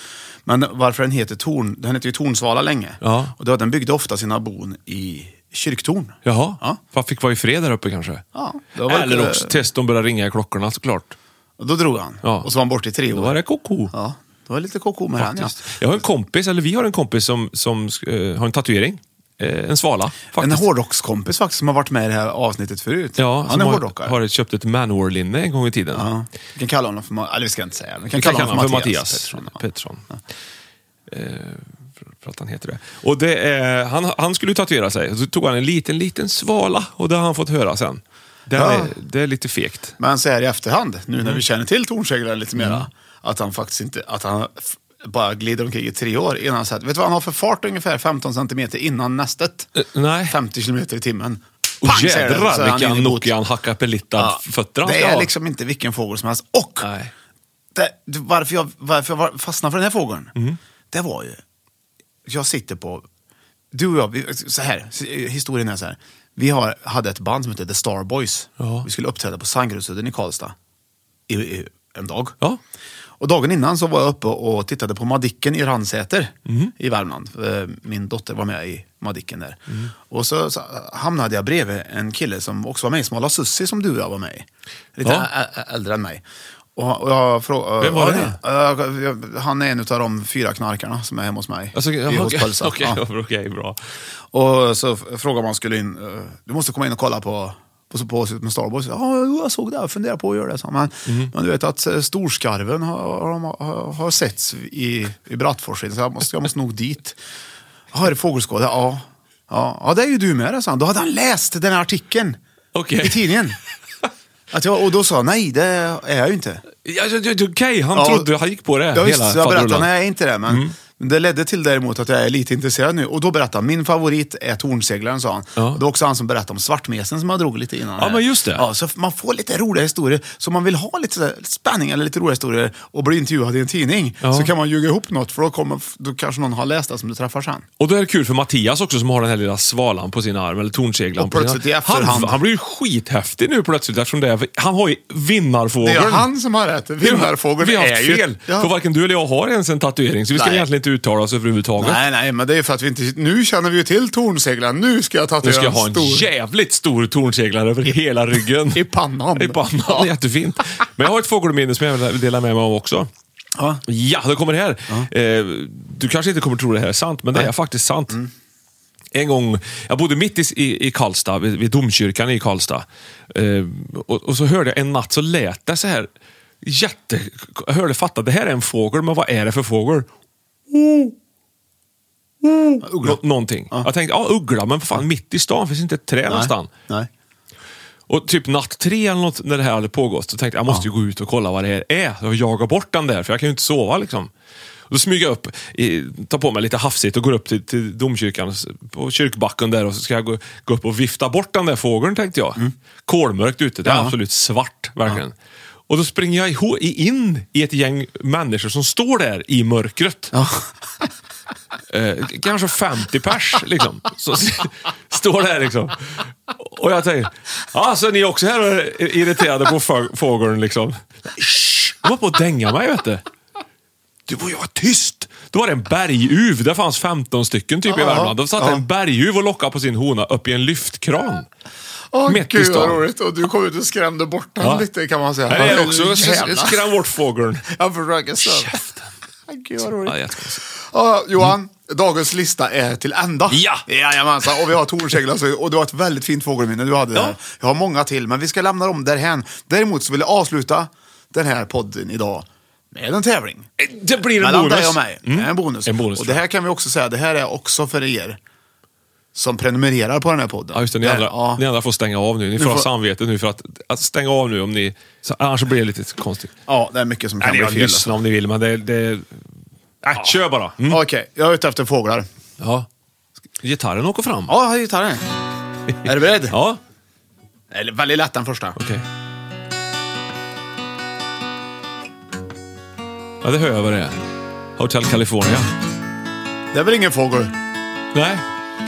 Men varför den heter torn, den heter ju tornsvala länge.
Ja.
Och då, den byggde ofta sina bon i kyrktorn.
Jaha.
Ja.
Man fick vara i fred där uppe kanske?
Ja, det var väl-
Eller också tills de började ringa i klockorna såklart.
Och då drog han.
Ja.
Och så var han borta i tre år.
Då var det koko.
Ja, det var lite koko med den ja.
Faktiskt. Jag har en kompis, eller vi har en kompis som, som eh, har en tatuering. Eh, en svala.
En
Faktiskt.
hårdrockskompis faktiskt som har varit med i det här avsnittet förut.
ja,
han
som
är
har,
hårdrockare.
har köpt ett Manowar-linne en gång i tiden.
Ja. Vi kan kalla honom för... Ma- Eller vi ska inte säga. Vi kan
Vi
kalla honom för Mattias. Pettersson, ja.
Pettersson. Eh, för att han heter det. Och det är, han, han skulle ju tatuera sig, så tog han en liten, liten svala och det har han fått höra sen. Det,
Ja.
är, det är lite fegt.
Men så här i efterhand, nu när vi känner till Tornseglaren lite mera, att han faktiskt inte, att han f- bara glider omkring i tre år innan han säger, vet du vad han har för fart ungefär 15 centimeter innan nästet?
Eh, nej.
50 kilometer i timmen.
Och
Pang, säger den, så är
jädrar
han in
vilka
i båt.
Nokian
Ja.
hackapelitta-fötter han
Det
ska
är
ha.
liksom inte vilken fågel som helst. Och
Nej.
det, det- varför, jag, varför jag var- fastnade för den här fågeln,
Mm.
det var ju, jag sitter på, du och jag, vi, så här, historien är så här. Vi har, hade ett band som hette The Starboys.
Ja.
Vi skulle uppträda på Sandgrusudden i Karlstad i, i, en dag.
Ja.
Och dagen innan så var jag uppe och tittade på Madicken i Ransäter
Mhm.
i Värmland. Eh, Min dotter var med i Madicken där.
Mhm.
Och så, så hamnade jag bredvid en kille som också var med i Smala Sussi som du och jag var med i. Lite
Ja.
ä- ä- äldre än mig. Och, han- och jag frågade...
Vem var det?
Han är en av de fyra knarkarna som är hemma hos mig.
Alltså,
i-
ja,
hos
okej,
Pölsa.
okej,
Ja.
okej, bra.
Och så f- frågade man skulle in, eh, du måste komma in och kolla på på på på- med Starboys. Ja, jo, jag såg det. Jag funderar på att göra det. sa han. Men, men du vet att eh, storskarven har, har, har, har setts i, i Brattfors. Så jag måste, jag måste nog dit. Ja, är det fågelskåde? Ja. ja. Ja, det är ju du med det, sa han. Då hade han läst den här artikeln
Okej.
i tidningen. Att jag, och då sa han, nej det är jag ju inte.
Ja, ja, ja, Okej, han
Ja,
trodde han gick på det.
Ja, visst,
hela
så jag berättade,
faderullan. Mm.
nej jag är inte det. Men men det ledde till däremot att jag är lite intresserad nu. Och då berättade han, min favorit är Tornseglaren, sa han.
Ja.
Det var också han som berättade om svartmesen som jag drog lite innan.
Ja,
här.
men just det.
Ja, så f- man får lite roliga historier. Så om man vill ha lite så här spänning eller lite roliga historier och bli intervjuad i en tidning
Ja.
så kan man ljuga ihop något för då, kommer, f- då kanske någon har läst det som du träffar sen.
Och då är det kul för Mattias också som har den här lilla svalan på sin arm, eller tornseglan.
Och
på sin
plötsligt
arm.
i efterhand.
Han, han blir ju skithäftig nu plötsligt eftersom det är, han har ju
Det
vinnarfågeln.
är han som har rätt. Vinnarfågeln
Vi har
är
haft
ju...
fel,
Ja.
för varken du eller jag har ens en tatuering, så vi ska
Nej.
egentligen inte uttala oss överhuvudtaget.
Nej, nej, men det är för att vi inte... Nu känner vi ju till Tornseglaren. Nu ska jag
Nu
tatuera
ska jag ha en
en stor...
jävligt stor tornseglare över hela ryggen.
I pannan.
I pannan, jättefint. Men jag har ett fågelminne som jag vill dela med mig av också.
Ja.
Ja, då kommer det här. Eh, du kanske inte kommer tro det här är sant, men det är faktiskt sant. En gång, jag bodde mitt i, i, i Karlstad, vid, vid domkyrkan i Karlstad. Eh, och, och så hörde jag en natt så lät det så här jätte... Jag hörde fatta, det här är en fågel, men vad är det för fågel?
Uggla.
Nå- någonting. Jag tänkte, ja uggla, men vad fan mitt i stan finns inte ett träd någonstans.
Nej.
Och typ natt tre eller något, när det här hade pågått, så tänkte jag jag måste ju gå ut och kolla vad det här är. Jag jagar bort den där, för jag kan ju inte sova liksom. Och då smyger jag upp, i, tar på mig lite hafsigt och går upp till, till domkyrkan, s- på kyrkbacken där och så ska jag gå, gå upp och vifta bort den där fågeln tänkte jag. Kolmörkt ute, det är
Ja.
absolut svart verkligen. Och då springer jag iho- in i ett gäng människor som står där i mörkret. Eh, kanske 50 pers liksom. Så s- står där liksom. Och jag tänker, ja så ni är också här och är irriterade på fåg- fågeln liksom. Shh, De var på att dänga mig vet du. Du var jag tyst! Då var det en berguv, det fanns 15 stycken typ i
Ja,
Värmland. Då satt
ja.
en berguv och lockade på sin hona upp i en lyftkran.
Åh
Mitt i
gud vad
stan.
roligt. Och du kom ut och skrämde bort den
Ja.
lite kan man säga.
Det är också
Jävlar.
skräm bort fågeln.
Jag försöker söva. Gud vad
Ja,
roligt.
jättekonstigt.
Ja, Johan, dagens lista är till ända.
Ja.
Jajamensan, och vi har tornsegel alltså, och det var ett väldigt fint fågelminne du hade där. Jag har många till, men vi ska lämna dem därhen. Däremot så vill jag avsluta den här podden idag med en tävling.
Eh, det blir en
Mellan
bonus. Mm.
dig och mig. Det är en bonus.
En bonus,
och det
tror jag.
här kan vi också säga, det här är också för er som prenumererar på den här podden.
Ja, just det. Ni,
Den-
andra,
ja.
ni andra får stänga av nu. Ni får, ha
får-
samvete nu för att, att stänga av nu om ni... Så, annars blir det lite konstigt.
Ja, det är mycket som kan
Eller
bli
jag
fel.
lyssna om ni vill, men det... det äh, Kör bara. Mm.
Okej, jag är ute efter fåglar.
Ja. Gitarren åker fram.
Ja, jag har gitarren. är du beredd?
Ja,
Eller, väldigt lätt den första.
okej. Ja, det hör jag vad det är. Hotel California.
Det är väl ingen fågel?
Nej.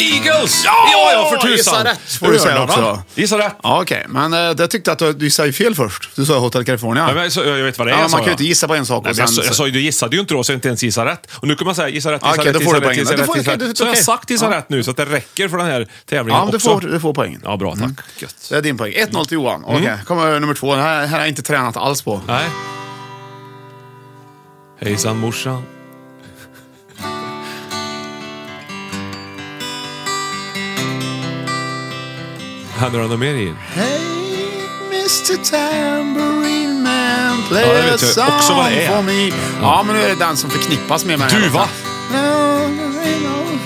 Eagles! Ja, ja, ja för
Gissa
tusan!
rätt får du säga också.
Gissa rätt.
Ja, okej. Men eh, jag tyckte att du, du gissade ju fel först. Du sa Hotel California.
Ja, men jag, sa- jag vet vad det är,
Ja, man
sa
kan ju
jag.
inte gissa på en sak
Nej,
och
men
sen...
jag, sa- jag sa ju, du gissade ju inte då, så jag inte ens gissa rätt. Och nu kan man säga gissa rätt,
Ah,
gissa
okej,
rätt,
då
gissa
får du
rätt,
poängen.
gissa
Du
rätt.
får-
gissa rätt.
okej, du-
Så jag har
okej.
sagt gissa
Ja.
rätt nu, så att det räcker för den här tävlingen
ja, men du
också.
får, Mm. du får poängen.
Ja, bra, tack. Mm. Gött.
Det är din poäng. 1-0 till Johan. Okej, kommer nummer två. Den här, här har jag inte tränat alls på.
Nej. Hejsan morsan. Hade du något mer i?
Hey, Mr Tambourine Man, play
Ja, det
a
vet jag
song
också vad det är.
for me. Ja. men nu är det den som förknippas med mig.
Duva.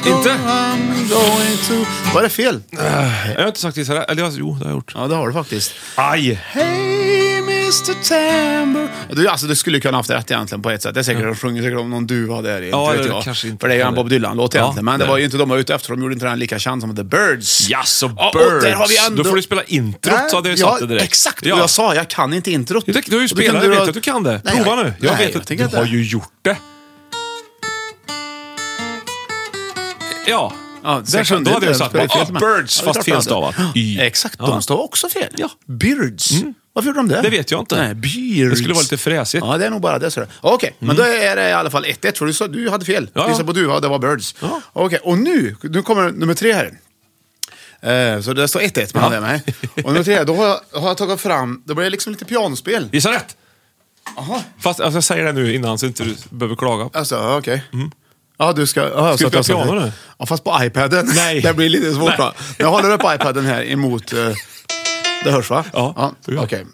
Inte?
I'm going to... Var det fel?
Jag har inte sagt gissa rätt. Eller jag- jo, det har jag gjort.
Ja, det har du faktiskt.
Aj!
Hey Mr Tambour... Du, alltså, du skulle kunna haft rätt egentligen på ett sätt. Det är säkert, De sjunger säkert om någon duva där. i,
Mm. Ja,
inte vet
det
jag.
kanske inte
För det är ju en
heller.
Bob Dylan-låt
Ja,
egentligen. Men det
det.
var ju inte de var ute efter. De gjorde inte den lika känd som The Birds.
Jaså,
Ja, och
Birds.
där har vi ändå-
Då får du spela introt, så hade jag
ja,
satt det direkt.
Exakt,
Ja.
och jag sa jag kan inte introt.
Du, du har ju
Och då
spelat,
kunde
jag
du
vet
ha-
att du kan det.
Nej,
Prova
jag-
nu. Jag
nej,
vet att
tänker
du har ju gjort det. Ja,
Ja,
där
sex
så, då hade
hundra,
jag sagt bara,
spelar fel
ah,
till mig.
birds,
Ja,
fast
det är klart
felstavat.
att-
Y.
Exakt,
Ja.
de står också fel.
Ja. Mm.
Birds. Varför gjorde de det?
Det vet jag inte.
Nej, beards.
Det skulle vara lite fräsigt. Mm.
Ja, det är nog bara det. så det- Okej, men då är det i alla fall 1-1, för du, sa, du hade fel.
Ja.
Du gissade på duva och det var birds.
Ja.
Okej, och nu, nu kommer nummer tre här. Eh, så det står 1-1 mellan dig och mig. Och nummer tre, då har jag, har jag tagit fram, då blir det liksom lite pianospel.
Gissa rätt! Fast alltså, jag säger det nu innan så inte du behöver klaga.
Alltså, ja, okej. Ja, du ska... Ja,
Mm. Ska vi
så att
spela
jag-
piano nu?
Ja, fast på iPaden.
Nej.
Det blir lite svårt.
Nej.
va? Men jag håller upp iPaden här emot... eh, det hörs va?
Ja.
Okej.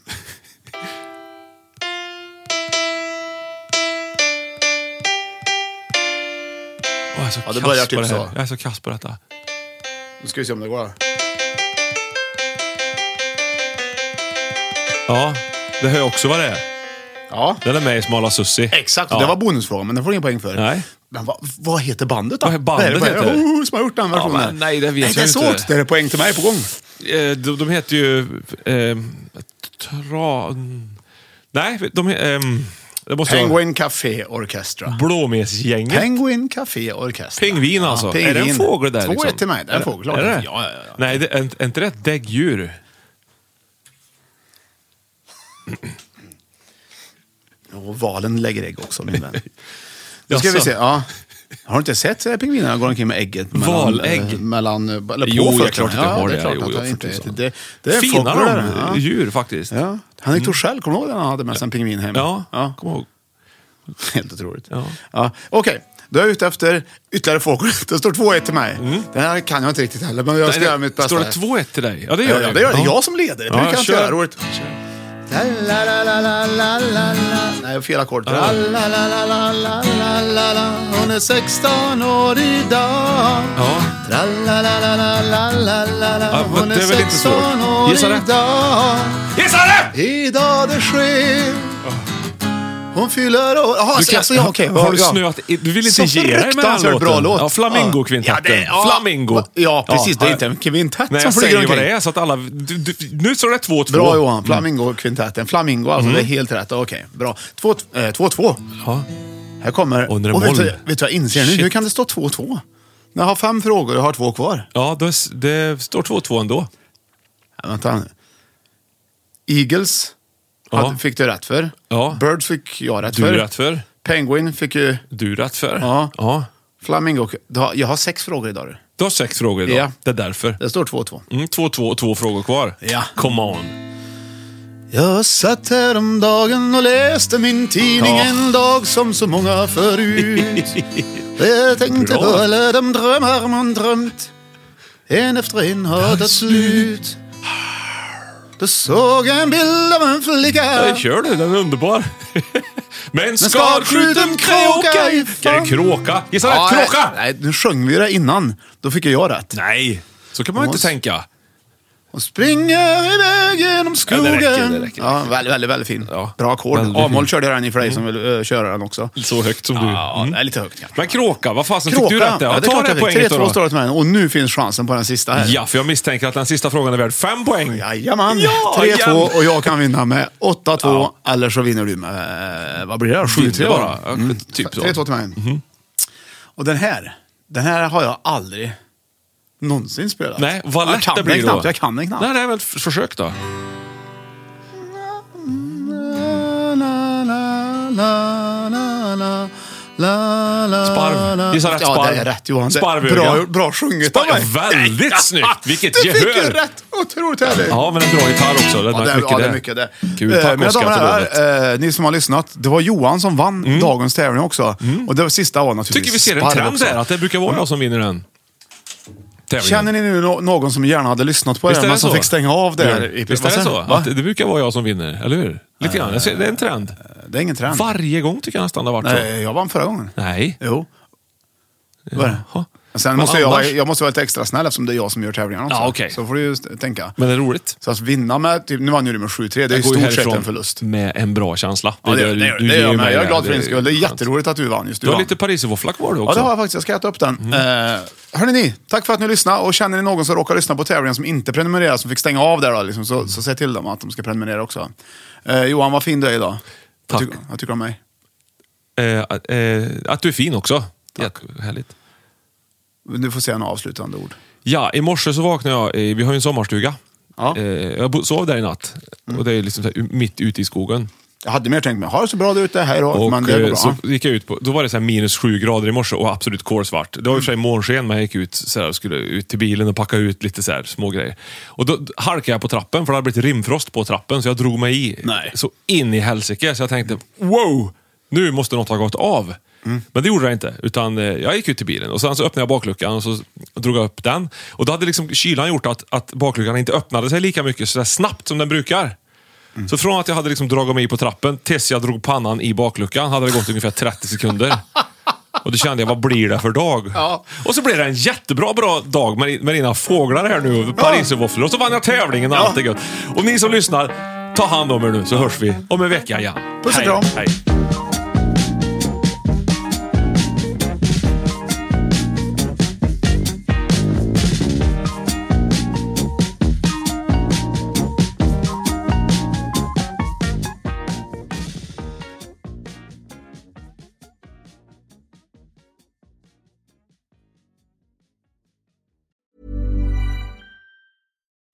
Åh, jag är så
Ja, det
kass
börjar
på
typ
här.
så.
Jag är så kass på detta.
Nu ska vi se om det går. här.
Ja, det hör jag också vad det är.
Ja.
Den är med i Smala Sussi.
Exakt.
Ja.
Det var bonusfrågan, men den får du ingen poäng för.
Nej.
Men vad, vad heter bandet då?
Vad är bandet
vad är det, vad är det?
heter?
Oh, som har gjort den
Ja,
versionen?
men nej, det vet
det är
jag inte.
svårt. Det är poäng till mig på gång.
Eh, de, de heter ju... Eh, tra... Nej, de he- ehm, Det måste vara...
Penguin Café Orchestra.
Blåmesgänget.
Penguin Café Orchestra.
Pingvin alltså.
Ja,
Är det en
pingvin.
fågel där?
Två
liksom?
är till mig. Det är en fågel. klart.
Är det?
Ja, ja, ja.
Nej, det, är, inte- är inte det ett däggdjur?
Och valen lägger ägg också, min vän. Nu ska vi se. Ja. Har du inte sett så här pingvinerna går omkring med ägget? mellan-
Valägg?
eh, Mellan, eh, eller på
Jo, jag är
fötterna.
klart att jag
Ja,
har
det.
det.
Är klart
Jo,
att
jo,
han
för
inte
tusan.
äter. det, det är
Fina
fågel,
de,
ja.
djur faktiskt.
Ja. Henrik Torssell, kommer du ihåg den han hade med sig en pingvin hem?
Ja, kom ihåg.
Helt otroligt.
Ja.
Ja. Okej, då är jag ute efter ytterligare fågel. Det står 2-1 till mig. Den här kan jag inte riktigt heller, men jag ska
Mm. Nej,
göra mitt bästa.
Står det
här.
2-1 till dig? Ja, det
Ja,
gör
det gör det. Jag som leder. Det brukar jag inte
kör.
göra. Roligt. La, la, la, la, la, la, la, la. Nej, fel ackord. La, la, la, la, la, la, la, la, la. Hon är 16 år idag.
Ja.
La, la, la, la, la, la, la, la, la.
Ja, men
Hon är
det är väl inte
16
svårt.
år
Gissa rätt.
idag.
Gissa det!
Idag det sker. Hon fyller år. Jaha,
Du
alltså,
kan-
alltså, ja, okej.
har du
ja.
snöat i- du vill inte
Så
ge dig med den
fruktansvärt bra
låten.
låt.
Ja, Flamingokvintetten.
Ja, det- ja.
Flamingo.
Ja, precis. Det
Ja.
är inte en kvintett
Nej,
som
jag
flyger
säger ju vad
omkring.
det är så att alla... Du, du, nu står det 2-2.
Bra Johan, Flamingo-kvintetten. Flamingo alltså,
Mm.
det är helt rätt. Okej, bra. 2-2. Två, två.
Ja.
Här kommer...
Under en
vet, du,
boll.
vet du vad jag inser nu?
Shit.
Hur kan det stå 2-2? Jag har fem frågor och jag har två kvar.
Ja, det, det står 2-2 ändå.
Ja, vänta nu. Eagles
Ja.
hade, fick du rätt för.
Ja.
Birds fick jag rätt
Du
för.
är rätt för.
Penguin fick ju...
Du är rätt för.
Ja.
ja.
Flamingo... Du har- Jag har sex frågor idag. du.
Du har sex frågor idag.
Ja.
Det är därför.
Det står 2-2.
Mm, 2-2 och två frågor kvar.
Ja.
Come on.
Jag satt häromdagen och läste min tidning
Ja.
en dag som så många förut. Jag tänkte
Bra.
på alla de drömmar man drömt. En efter en har tagit slut. Då såg jag en bild av en flicka.
Ja. Kör du, den är underbar. Men
skarpskjuten
skarpskjuten
kråka
kråka
i
i... Kan jag Kråka? Gissa
Ja,
rätt, kråka!
Nej, nej, nu sjöng vi det innan. Då fick jag rätt.
Nej, så kan man ju inte
Måste-
tänka.
Hon springer iväg genom
Ja,
skogen.
det räcker, det räcker.
Ja, väldigt, väldigt, väldigt fin.
Ja.
Bra ackord.
Väldigt
Avmål
fin. Mm.
körde jag den i för dig som vill eh, köra den också.
Så högt som du.
Ja,
Mm.
det är lite högt kanske.
Men kråka, vad fasen fick
Kråka.
du rätt där?
Ja, det är klart jag fick.
poänget
3-2
då.
står det till mig. Och nu finns chansen på den sista här.
Ja, för jag misstänker att den sista frågan är värd fem poäng.
Jajamän!
Ja,
3-2
igen.
och jag kan vinna med 8-2 eller så vinner du med, eh, vad blir det? då? 7-3
Vinner bara.
bara.
Ja, typ så.
3-2 till mig. Och den här, den här har jag aldrig någonsin spelat.
Nej, vad
jag
lätt
kan
det
den
blir
knappt,
då.
Jag kan den knappt.
Nej, det är väl ett försök då. Sparv. Gissa rätt,
Ja,
sparv.
det är rätt Johan. Det-
Sparvöga.
Bra, bra sjunget
Sparv- väldigt snyggt. Vilket
du Du
gehör.
fick ju rätt! Otroligt härligt.
Ja, men en bra gitarr också. Den
Ja,
har
det,
mycket
ja,
där.
det är mycket det.
Kul.
Eh,
Tack
mina
Oskar
damer och
för lovet.
herrar, eh, ni som har lyssnat. Det var Johan som vann dagens tävling också. Och det sista var naturligtvis
Mm. Tycker vi ser en
Sparv
trend
också.
där, att det brukar vara jag som vinner den. Tävlingen.
Känner ni nu nå- någon som gärna hade lyssnat på det,
Visst är
men
det
som
så?
fick stänga av där i
Visst är det
passen?
så?
Va?
Att det brukar vara jag som vinner, eller hur? Lite grann. Jag ser, det är en trend.
Det är ingen trend.
Varje gång tycker jag nästan det har varit så.
Nej, jag vann förra gången.
Nej.
Jo. Vad är det?
Jaha.
Sen
Vad
måste jag,
annars?
jag måste vara lite extra snäll eftersom det är jag som gör tävlingarna också.
Ja, okej.
Så får du ju st- tänka.
Men det är roligt.
Så att vinna med, typ, nu vann ju du med 7-3, det är ju
Jag går ju
stort sett
härifrån
en förlust.
Med en bra känsla.
Ja, det, det, det,
du
det
ger
gör jag
mig
med. Jag är
det.
glad för din skull. Det är
skönt.
jätteroligt att du vann just. Du,
Du har
vann.
lite pariservåffla kvar du
Ja,
också. Mm.
det har jag faktiskt. Jag ska äta upp den. Eh, hörni ni, tack för att ni lyssnade. Och känner ni någon som råkar lyssna på tävlingen som inte prenumererar, som fick stänga av där, då, liksom, så, så säg till dem att de ska prenumerera också. Eh, Johan, vad fin du är idag.
Tack.
Vad, ty- vad tycker du om mig?
Eh, eh, att du är fin också. Jättehärligt.
Du får säga några avslutande ord.
Ja, i morse så vaknade jag. eh, Vi har ju en sommarstuga.
Ja.
Eh, jag bo- sov där i natt. Och det är liksom så här, u- mitt ute i skogen.
Jag hade mer tänkt mig, ha det så bra där ute, hej då.
Och
men det går
eh,
bra.
så gick jag ut på, då var det så här minus sju grader i morse och absolut kolsvart. Det var i och för sig månsken, men jag gick ut, så här, och skulle ut till bilen och packa ut lite så här, små grejer. Och då halkade jag på trappen, för det hade blivit rimfrost på trappen, så jag drog mig i
Nej.
så in i helsike. Så jag tänkte, wow! Nu måste något ha gått av. Men det gjorde det inte, utan eh, jag gick ut till bilen och sen så öppnade jag bakluckan och så drog jag upp den. Och då hade liksom kylan gjort att, att bakluckan inte öppnade sig lika mycket så där snabbt som den brukar. Så från att jag hade liksom dragit mig i på trappen tills jag drog pannan i bakluckan hade det gått ungefär 30 sekunder. Och då kände jag, vad blir det för dag? Och så blev det en jättebra bra dag med, med dina fåglar här nu och pariservåfflor. Och så vann jag tävlingen och allt är gött. Och ni som lyssnar, ta hand om er nu så hörs vi om en vecka igen.
Puss och
Hej,
kram.
hej.